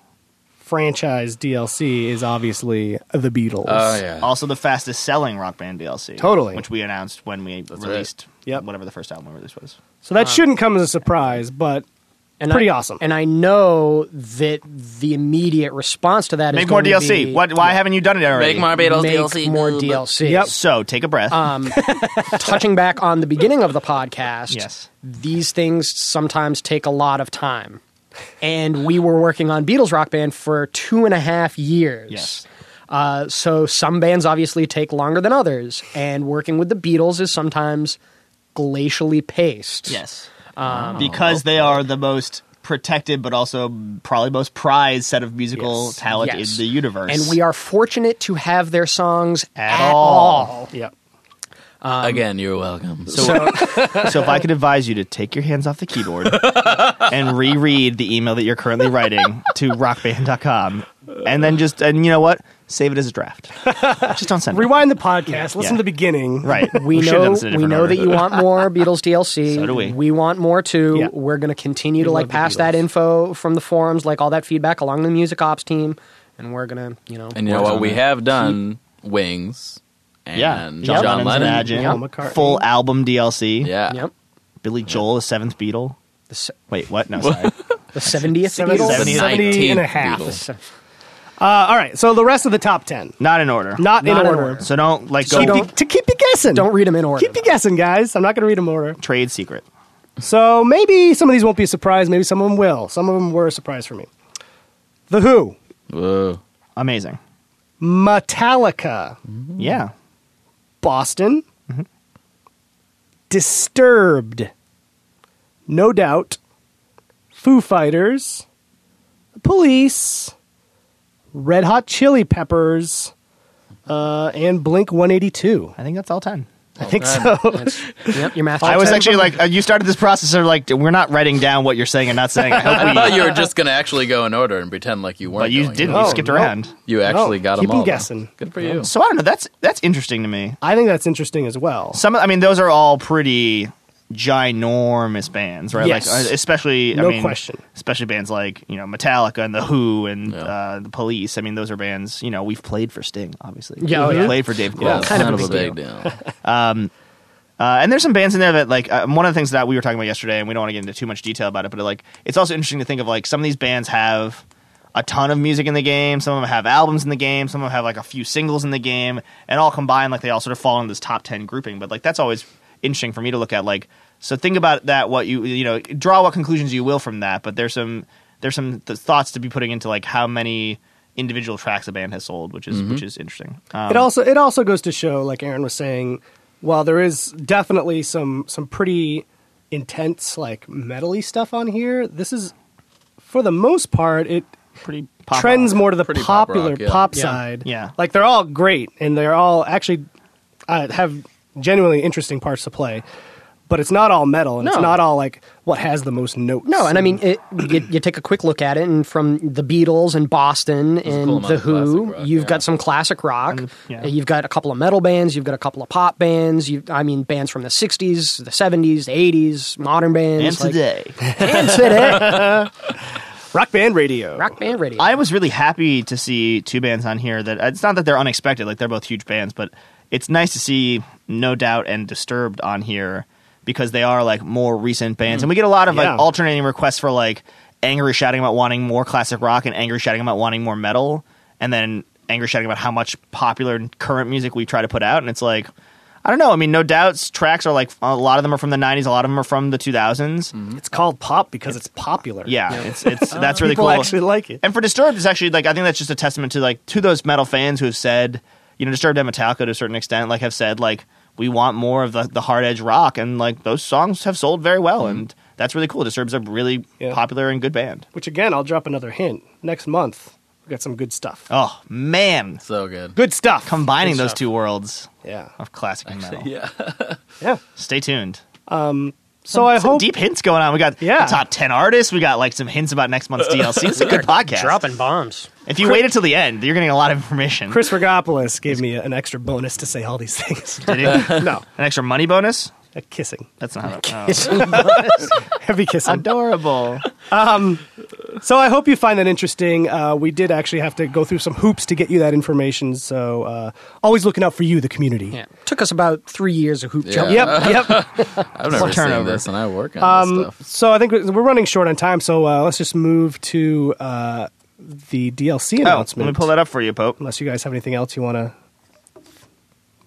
Speaker 1: franchise DLC is obviously The Beatles.
Speaker 2: Oh, yeah.
Speaker 3: Also, the fastest selling rock band DLC.
Speaker 1: Totally.
Speaker 3: Which we announced when we
Speaker 2: right.
Speaker 3: released
Speaker 1: Yep.
Speaker 3: whatever the first album we released was.
Speaker 1: So that shouldn't come as a surprise, but
Speaker 4: And
Speaker 1: Pretty
Speaker 4: I-
Speaker 1: awesome.
Speaker 4: And I know that the immediate response to that is
Speaker 3: Make more
Speaker 4: going to
Speaker 3: DLC.
Speaker 4: be-
Speaker 3: What, why haven't you done it already?
Speaker 2: Make more Beatles
Speaker 4: make
Speaker 2: DLC.
Speaker 4: more
Speaker 2: Ooh,
Speaker 4: DLC.
Speaker 1: Yep.
Speaker 3: So, take a breath.
Speaker 4: Um, touching back on the beginning of the podcast,
Speaker 3: Yes.
Speaker 4: these things sometimes take a lot of time. And we were working on Beatles Rock Band for two and a half years.
Speaker 3: yes.
Speaker 4: Uh, so some bands obviously take longer than others, and working with the Beatles is sometimes glacially paced.
Speaker 3: Yes.
Speaker 4: Um,
Speaker 3: because they are the most protected, but also probably most prized set of musical
Speaker 4: Yes.
Speaker 3: talent
Speaker 4: Yes.
Speaker 3: in the universe.
Speaker 4: And we are fortunate to have their songs
Speaker 3: At
Speaker 4: at,
Speaker 3: all.
Speaker 4: all.
Speaker 1: yep.
Speaker 2: Again, you're welcome.
Speaker 3: So, so if I could advise you to take your hands off the keyboard and reread the email that you're currently writing to rockband.com, and then just and you know what, save it as a draft. Just don't send it.
Speaker 1: Rewind the podcast. Listen
Speaker 3: Yeah.
Speaker 1: to the beginning.
Speaker 3: Right.
Speaker 4: We
Speaker 3: should've done
Speaker 4: know
Speaker 3: this in a
Speaker 4: we
Speaker 3: different
Speaker 4: know
Speaker 3: order.
Speaker 4: that you want more Beatles DLC.
Speaker 3: So do we.
Speaker 4: want more too.
Speaker 1: Yeah.
Speaker 4: We're going to continue to like
Speaker 1: love the
Speaker 4: pass that
Speaker 1: Beatles.
Speaker 4: info from the forums, like all that feedback along the music ops team, and we're going to you know.
Speaker 2: and you know
Speaker 4: work
Speaker 2: what?
Speaker 4: on
Speaker 2: We
Speaker 4: that.
Speaker 2: have done Wings and
Speaker 3: Yeah.
Speaker 2: John,
Speaker 3: Lennon's
Speaker 2: Lennon.
Speaker 3: Imagine.
Speaker 4: Paul
Speaker 1: McCartney.
Speaker 3: Full album DLC.
Speaker 2: Yeah.
Speaker 4: Yep.
Speaker 3: Billy Joel, the seventh Beatle.
Speaker 4: The, se-
Speaker 3: Wait, what? No, sorry.
Speaker 4: the 70th
Speaker 1: Seventy-
Speaker 4: Beatles?
Speaker 2: The
Speaker 1: 70 and a
Speaker 2: 19th
Speaker 1: half.
Speaker 2: Beatles.
Speaker 4: Se-
Speaker 1: Uh, all right, so the rest of the top ten,
Speaker 3: Not in order.
Speaker 1: not,
Speaker 4: Not
Speaker 1: in
Speaker 4: in
Speaker 1: order.
Speaker 4: order.
Speaker 3: So don't like
Speaker 1: Keep
Speaker 3: go
Speaker 1: you- to keep you guessing.
Speaker 4: Don't read them in order.
Speaker 1: Keep you guessing, guys. I'm not going to read them order.
Speaker 3: trade secret.
Speaker 1: So maybe some of these won't be a surprise. Maybe some of them will. Some of them were a surprise for me. The Who,
Speaker 2: Whoa.
Speaker 3: Amazing.
Speaker 1: Metallica,
Speaker 3: Yeah.
Speaker 1: Boston, Disturbed, No Doubt, Foo Fighters, Police, Red Hot Chili Peppers, uh, and Blink 182.
Speaker 3: I think that's all ten.
Speaker 1: I think so.
Speaker 4: Yep, your math.
Speaker 3: I was
Speaker 4: check.
Speaker 3: actually like, uh, you started this process of like, we're not writing down what you're saying and not saying. I hope
Speaker 2: I thought you were just going to actually go in order and pretend like you weren't.
Speaker 3: but you
Speaker 2: going
Speaker 3: didn't.
Speaker 2: to.
Speaker 1: Oh,
Speaker 3: you skipped
Speaker 1: no.
Speaker 3: around.
Speaker 2: You actually got
Speaker 1: keep
Speaker 2: them all.
Speaker 1: 'em
Speaker 2: though.
Speaker 1: guessing.
Speaker 2: Good for you.
Speaker 3: So I don't know. That's that's interesting to me.
Speaker 1: I think that's interesting as well.
Speaker 3: Some, I mean, those are all pretty ginormous bands, right?
Speaker 1: Yes.
Speaker 3: Like, uh, especially,
Speaker 1: No
Speaker 3: I mean,
Speaker 1: question.
Speaker 3: Especially bands like you know Metallica and the Who and
Speaker 2: Yeah.
Speaker 3: uh, the Police. I mean, those are bands. You know, we've played for Sting, obviously.
Speaker 4: Yeah, oh,
Speaker 3: we
Speaker 4: yeah.
Speaker 3: played for Dave Grohl.
Speaker 2: Yeah, it's
Speaker 4: kind of
Speaker 2: kind
Speaker 4: a
Speaker 2: of a
Speaker 4: big
Speaker 2: big deal.
Speaker 3: Uh, and there's some bands in there that like um, one of the things that we were talking about yesterday, and we don't want to get into too much detail about it, but like it's also interesting to think of like some of these bands have a ton of music in the game, some of them have albums in the game, some of them have like a few singles in the game, and all combined like they all sort of fall into this top ten grouping. But like that's always interesting for me to look at. Like so, think about that. What you you know draw what conclusions you will from that, but there's some there's some th- thoughts to be putting into like how many individual tracks a band has sold, which is which is interesting. Um,
Speaker 1: It also it also goes to show, like Aaron was saying, while there is definitely some some pretty intense like metally stuff on here, this is for the most part it
Speaker 3: Um, pretty pop
Speaker 1: trends
Speaker 3: rock.
Speaker 1: more to the
Speaker 2: Pretty pop
Speaker 1: popular pop,
Speaker 2: rock, yeah.
Speaker 4: Yeah.
Speaker 1: side.
Speaker 3: Yeah.
Speaker 1: like they're all great and they're all actually uh, have genuinely interesting parts to play. But it's not all metal, and it's
Speaker 4: No.
Speaker 1: not all like what has the most notes.
Speaker 4: No, and I mean, it, you, you take a quick look at it, and from the Beatles and Boston
Speaker 2: a
Speaker 4: and
Speaker 2: cool amount
Speaker 4: the
Speaker 2: of
Speaker 4: Who,
Speaker 2: classic rock,
Speaker 4: you've
Speaker 2: yeah.
Speaker 4: got some classic rock.
Speaker 3: yeah.
Speaker 4: uh, You've got a couple of metal bands. You've got a couple of pop bands. You, I mean, bands from the '60s, the '70s, the '80s, modern
Speaker 3: and
Speaker 4: bands. like-
Speaker 3: today.
Speaker 4: and today,
Speaker 1: rock band radio.
Speaker 4: rock band radio.
Speaker 3: I was really happy to see two bands on here that it's not that they're unexpected, like they're both huge bands, but it's nice to see No Doubt and Disturbed on here because they are like more recent bands. And we get a lot of
Speaker 1: Yeah.
Speaker 3: like alternating requests for like angry shouting about wanting more classic rock and angry shouting about wanting more metal and then angry shouting about how much popular and current music we try to put out and it's like I don't know. I mean, no doubts. Tracks are like a lot of them are from the '90s. A lot of them are from the 2000s.
Speaker 1: It's called pop because it's popular.
Speaker 3: Yeah, it's it's that's really
Speaker 1: people
Speaker 3: cool.
Speaker 1: actually like it.
Speaker 3: And for Disturbed, it's actually like I think that's just a testament to like to those metal fans who have said, you know, Disturbed and Metallica to a certain extent, like have said like we want more of the, the hard edge rock, and like those songs have sold very well, and that's really cool. Disturbed's a really
Speaker 1: Mm-hmm. Yeah.
Speaker 3: popular and good band.
Speaker 1: Which again, I'll drop another hint. Next month, we got some good stuff.
Speaker 3: Oh man,
Speaker 2: So good.
Speaker 1: Good stuff.
Speaker 3: combining
Speaker 1: Good
Speaker 3: those
Speaker 1: stuff.
Speaker 3: two worlds
Speaker 1: Yeah.
Speaker 3: of classic and metal.
Speaker 2: Yeah.
Speaker 1: Yeah.
Speaker 3: Stay tuned.
Speaker 1: So I
Speaker 3: Some
Speaker 1: hope
Speaker 3: deep hints going on. We got
Speaker 1: Yeah.
Speaker 3: the top ten artists. We got like some hints about next month's DLC. It's a good podcast.
Speaker 4: dropping bombs.
Speaker 3: If you waited till the end, you're getting a lot of information.
Speaker 1: Chris Rogopoulos gave me an extra bonus to say all these things.
Speaker 3: Did he?
Speaker 1: no,
Speaker 3: An extra money bonus?
Speaker 1: a kissing.
Speaker 3: That's not how that- oh.
Speaker 1: Heavy kissing.
Speaker 3: adorable.
Speaker 1: So I hope you find that interesting. Uh, we did actually have to go through some hoops to get you that information. So uh, always looking out for you, the community.
Speaker 4: Yeah, took us about three years of hoop jump.
Speaker 1: Yep, yep.
Speaker 2: I've never seen
Speaker 3: turnover.
Speaker 2: this, and I work on this stuff.
Speaker 1: so I think we- we're running short on time. So uh, let's just move to uh, the DLC
Speaker 3: Oh,
Speaker 1: announcement.
Speaker 3: let me pull that up for you, Pope.
Speaker 1: Unless you guys have anything else you want to.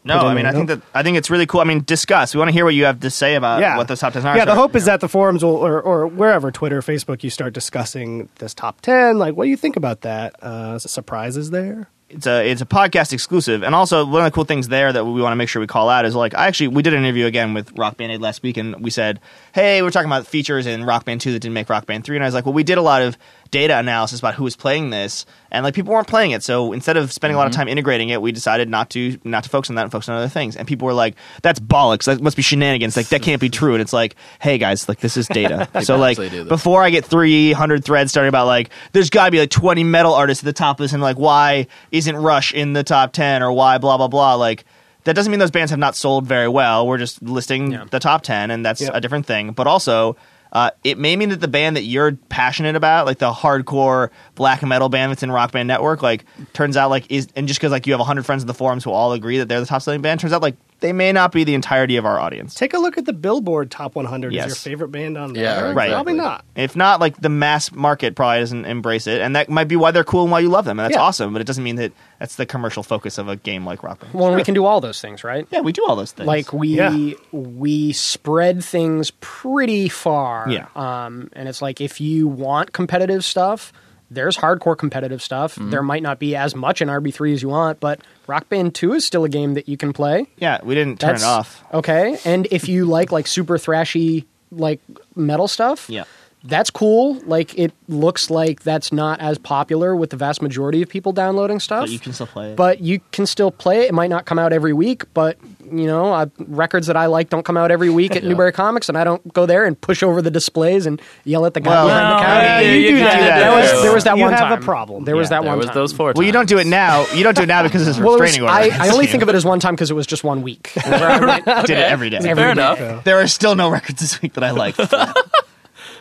Speaker 3: No,
Speaker 1: Put it
Speaker 3: I
Speaker 1: in
Speaker 3: mean,
Speaker 1: there,
Speaker 3: I think that I think it's really cool. I mean, discuss. We want to hear what you have to say about
Speaker 1: Yeah.
Speaker 3: uh, what those top ten are.
Speaker 1: Yeah, the hope is that the forums will, or, or wherever, Twitter, Facebook, you start discussing this top 10. Like, what do you think about that? Uh, surprises there?
Speaker 3: it's a it's a podcast exclusive, and also one of the cool things there that we want to make sure we call out is like I actually we did an interview again with Rock Band Aid last week, and we said, hey, we're talking about features in Rock Band Two that didn't make Rock Band Three, and I was like, well, we did a lot of data analysis about who was playing this, and like people weren't playing it, so instead of spending a lot of time integrating it, we decided not to not to focus on that and focus on other things, and people were like, that's bollocks, that must be shenanigans, like that can't be true, and it's like, hey guys, like this is data, so like
Speaker 2: actually do this.
Speaker 3: before before I get 300 threads starting about like there's got to be like 20 metal artists at the top of this and like why isn't Rush in the top 10 or why blah blah blah like that doesn't mean those bands have not sold very well. We're just listing the top 10 and that's
Speaker 1: Yep.
Speaker 3: a different thing. But also Uh, it may mean that the band that you're passionate about, like the hardcore black metal band that's in Rock Band Network, like turns out like is and just because like you have hundred friends in the forums who all agree that they're the top selling band, turns out like they may not be the entirety of our audience.
Speaker 1: Take a look at the Billboard Top 100
Speaker 3: Yes.
Speaker 1: as your favorite band on
Speaker 2: Yeah,
Speaker 1: there.
Speaker 3: right.
Speaker 1: Probably
Speaker 2: exactly.
Speaker 1: not.
Speaker 3: If not, like the mass market probably doesn't embrace it, and that might be why they're cool and why you love them, and that's
Speaker 1: Yeah.
Speaker 3: awesome. But it doesn't mean that that's the commercial focus of a game like Rock Band.
Speaker 4: Well, and we can do all those things, right?
Speaker 3: Yeah, we do all those things.
Speaker 4: Like we
Speaker 1: Yeah.
Speaker 4: we spread things pretty far.
Speaker 3: Yeah.
Speaker 4: Um, and it's like if you want competitive stuff, there's hardcore competitive stuff.
Speaker 3: Mm-hmm.
Speaker 4: There might not be as much in RB three as you want, but Rock Band two is still a game that you can play.
Speaker 3: yeah, we didn't turn it off.
Speaker 4: Okay. And if you like like super thrashy like metal stuff,
Speaker 3: Yeah.
Speaker 4: That's cool. Like it looks like that's not as popular with the vast majority of people downloading stuff.
Speaker 3: But you can still play it.
Speaker 4: But you can still play it. It might not come out every week, but you know, I, records that I like don't come out every week at Newberry Comics, and I don't go there and push over the displays and yell at the guy
Speaker 3: Well,
Speaker 4: behind
Speaker 2: no,
Speaker 4: the counter.
Speaker 2: yeah, you do
Speaker 4: that.
Speaker 2: that.
Speaker 4: was, there was that
Speaker 1: You
Speaker 4: one
Speaker 1: have a
Speaker 4: time.
Speaker 1: problem.
Speaker 4: There was
Speaker 1: Yeah,
Speaker 4: that
Speaker 2: There
Speaker 4: one
Speaker 2: was
Speaker 4: time.
Speaker 2: those four.
Speaker 3: well, you don't do it now. You don't do it now because it's a
Speaker 4: Well, it was-
Speaker 3: restraining order.
Speaker 4: I, I only think of it as one time because it was just one week. where I went-
Speaker 3: I did it every day.
Speaker 4: Every
Speaker 2: Fair
Speaker 4: day.
Speaker 2: enough.
Speaker 3: There are still no records this week that I like.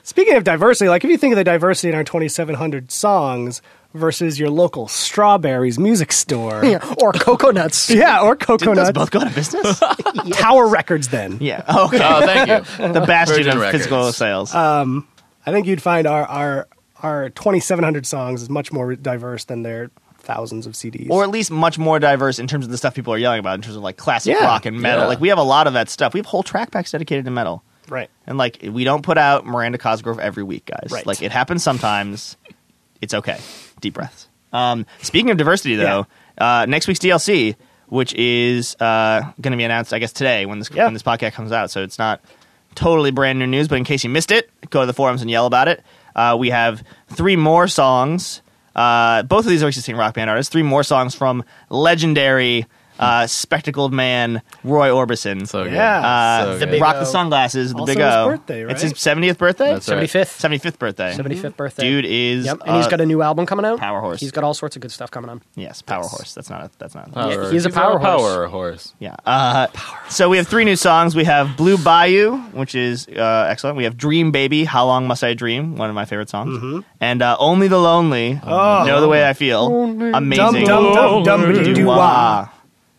Speaker 1: Speaking of diversity, like if you think of the diversity in our 2,700 songs versus your local Strawberries music store.
Speaker 4: Yeah, or coconuts.
Speaker 1: Yeah, or
Speaker 3: Didn't those
Speaker 1: Coconuts.
Speaker 3: both go out of business?
Speaker 1: Tower Records then.
Speaker 3: yeah. Oh, okay.
Speaker 2: Oh, thank you.
Speaker 3: the bastion
Speaker 2: Virgin
Speaker 3: of
Speaker 2: Records.
Speaker 3: physical sales.
Speaker 1: I think you'd find our our our 2,700 songs is much more diverse than their thousands of CDs.
Speaker 3: or at least much more diverse in terms of the stuff people are yelling about, in terms of like classic
Speaker 1: Yeah.
Speaker 3: rock and metal.
Speaker 2: Yeah.
Speaker 3: Like we have a lot of that stuff. We have whole track packs dedicated to metal,
Speaker 1: right.
Speaker 3: and like we don't put out Miranda Cosgrove every week, guys.
Speaker 1: Right.
Speaker 3: Like it happens sometimes. It's okay. Deep breaths. Um, speaking of diversity, though, uh, next week's DLC, which is uh, going to be announced, I guess today when this
Speaker 1: Yeah.
Speaker 3: when this podcast comes out, so it's not totally brand new news. But in case you missed it, go to the forums and yell about it. Uh, we have three more songs. Uh, both of these are existing rock band artists. Three more songs from legendary uh, spectacled man Roy Orbison.
Speaker 2: So good.
Speaker 1: Yeah.
Speaker 3: Uh,
Speaker 2: So
Speaker 4: the
Speaker 2: good.
Speaker 4: big-
Speaker 3: Rock the sunglasses, the
Speaker 1: Also
Speaker 3: big
Speaker 1: his
Speaker 3: O.
Speaker 1: birthday, right?
Speaker 3: It's his seventieth birthday.
Speaker 2: That's right.
Speaker 4: 75th.
Speaker 3: Seventy fifth birthday.
Speaker 4: 75th birthday.
Speaker 3: Dude is
Speaker 4: Yep, and he's
Speaker 3: uh,
Speaker 4: got a new album coming out.
Speaker 3: Power Horse.
Speaker 4: He's got all sorts of good stuff coming on.
Speaker 3: yes power horse. That's not a, that's not. A,
Speaker 2: Power-
Speaker 4: Yeah, he's a power
Speaker 2: power horse.
Speaker 3: yeah. Uh, so we have three new songs. We have Blue Bayou, which is uh, excellent. We have Dream Baby, How Long Must I Dream, one of my favorite songs,
Speaker 1: Mm-hmm.
Speaker 3: and uh, Only the Lonely, Know the Way I Feel,
Speaker 1: Dum
Speaker 3: amazing.
Speaker 1: Oh. dum dum dum doo wah.
Speaker 3: Doo-wah.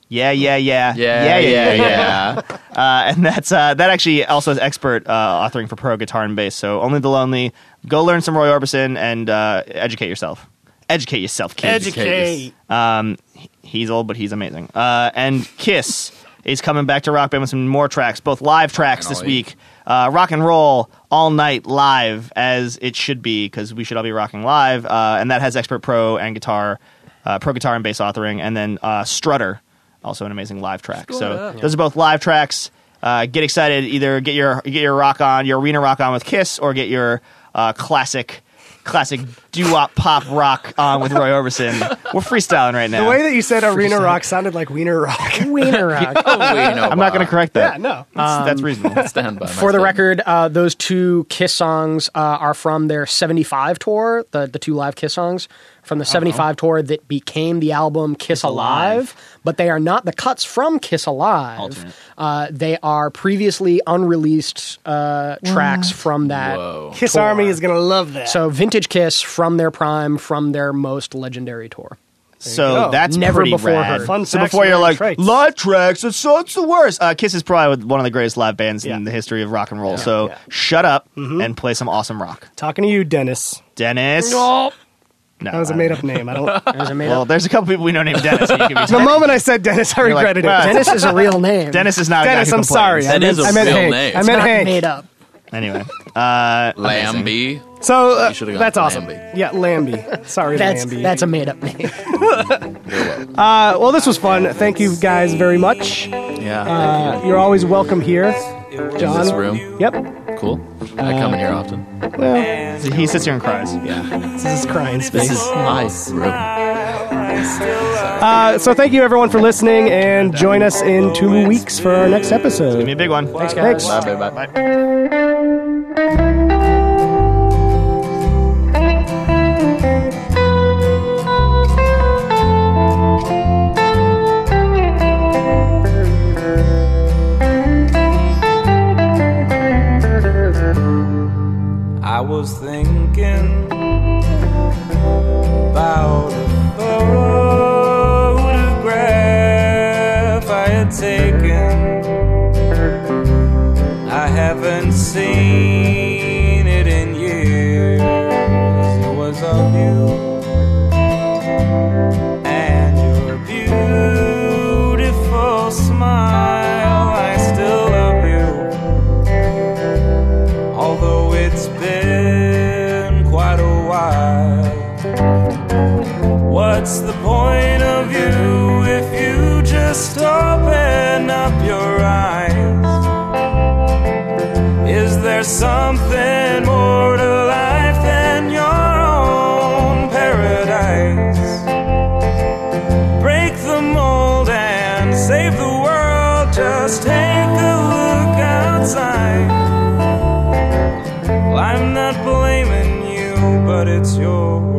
Speaker 3: Yeah, yeah, yeah,
Speaker 2: Yeah, yeah, yeah.
Speaker 3: Uh, and that's uh, that actually also is expert uh, authoring for pro guitar and bass. So only the lonely. Go learn some Roy Orbison and uh, educate yourself. Educate yourself, kids.
Speaker 2: Educate.
Speaker 3: Um, he- he's old, but he's amazing. Uh, and Kiss is coming back to Rock Band with some more tracks, both live tracks this
Speaker 2: Finally.
Speaker 3: week. Uh, rock and roll all night live, as it should be, because we should all be rocking live. Uh, and that has expert pro and guitar, uh, pro guitar and bass authoring, and then uh, Strutter, also an amazing live track. So those are both live tracks. Uh, get excited! Either get your get your rock on, your arena rock on with Kiss, or get your uh, classic classic doo-wop pop rock on with Roy Orbison. We're freestyling right now.
Speaker 1: The way that you said arena rock sounded like wiener rock. Uh,
Speaker 4: Wiener Rock.
Speaker 2: Oh, we know
Speaker 3: I'm not going to correct that. Um,
Speaker 1: yeah, no.
Speaker 3: That's- that's reasonable.
Speaker 2: Stand by my
Speaker 4: For the
Speaker 2: statement.
Speaker 4: record, uh, those two Kiss songs uh, are from their 75 tour, the, the two live Kiss songs from the 75 tour that became the album Kiss, Alive, but they are not the cuts from Kiss Alive.
Speaker 3: Alternate.
Speaker 4: Uh, they are previously unreleased uh, tracks from that.
Speaker 2: Whoa.
Speaker 1: Kiss
Speaker 4: Tour.
Speaker 1: Army is going to love that.
Speaker 4: So, Vintage Kiss from their prime, from their most legendary tour.
Speaker 3: so
Speaker 1: go.
Speaker 3: that's
Speaker 4: Never
Speaker 3: pretty
Speaker 4: before
Speaker 3: rad.
Speaker 4: heard.
Speaker 1: Fun
Speaker 3: so
Speaker 1: facts
Speaker 3: before you're
Speaker 1: about
Speaker 3: like
Speaker 1: traits.
Speaker 3: live tracks, it's, so- it's the worst. Uh, Kiss is probably one of the greatest live bands
Speaker 1: Yeah.
Speaker 3: in the history of rock and roll. so
Speaker 1: yeah. Mm-hmm.
Speaker 3: shut up and play some awesome rock,
Speaker 1: Talking to you, Dennis.
Speaker 3: Dennis.
Speaker 4: Oh,
Speaker 3: No,
Speaker 1: That was a
Speaker 3: I-
Speaker 1: made up name. I don't.
Speaker 4: there's a made
Speaker 3: Well,
Speaker 4: up-
Speaker 3: there's a couple people we know named Dennis. so you can be-
Speaker 1: the moment I said Dennis, I
Speaker 3: You're like,
Speaker 1: regretted
Speaker 3: "Well,
Speaker 1: it.
Speaker 4: Dennis is a real name.
Speaker 3: Dennis is not. a guy
Speaker 1: Dennis,
Speaker 3: who
Speaker 1: I'm sorry.
Speaker 3: complains.
Speaker 1: I
Speaker 2: That
Speaker 1: meant,
Speaker 2: is a
Speaker 1: I meant
Speaker 2: real
Speaker 1: Hank.
Speaker 2: name.
Speaker 1: I
Speaker 2: It's
Speaker 1: meant
Speaker 4: not
Speaker 1: Hank.
Speaker 4: made up.
Speaker 3: Anyway, uh,
Speaker 2: Lambie.
Speaker 1: So uh,
Speaker 2: You should've gone
Speaker 1: that's
Speaker 2: for
Speaker 1: awesome.
Speaker 2: Lambie.
Speaker 1: Yeah, Lambie. Sorry,
Speaker 4: That's
Speaker 1: Lambie.
Speaker 4: that's a made up name.
Speaker 1: uh, well, this was fun. Thank you guys very much.
Speaker 2: Yeah.
Speaker 1: Uh, you're always welcome here, John.
Speaker 2: this room.
Speaker 1: Yep.
Speaker 2: Cool. I come in here often.
Speaker 1: Well,
Speaker 3: he sits here and cries.
Speaker 2: Yeah.
Speaker 1: this is crying space.
Speaker 2: This is my room.
Speaker 1: Uh, so thank you everyone for listening, and join us in two weeks for our next episode.
Speaker 3: Give me a big one.
Speaker 1: Thanks, guys.
Speaker 2: Bye, bye, bye.
Speaker 3: Bye.
Speaker 6: was thinking about a photograph I had taken. I haven't seen it in years. It was of you. And your beautiful smile, I still love you although it's been quite a while. What's the point of you if you just open up your eyes? Is there something more to life than your own paradise? break the mold and save the world, just take a look outside. Well, I'm not blaming you, but it's your world.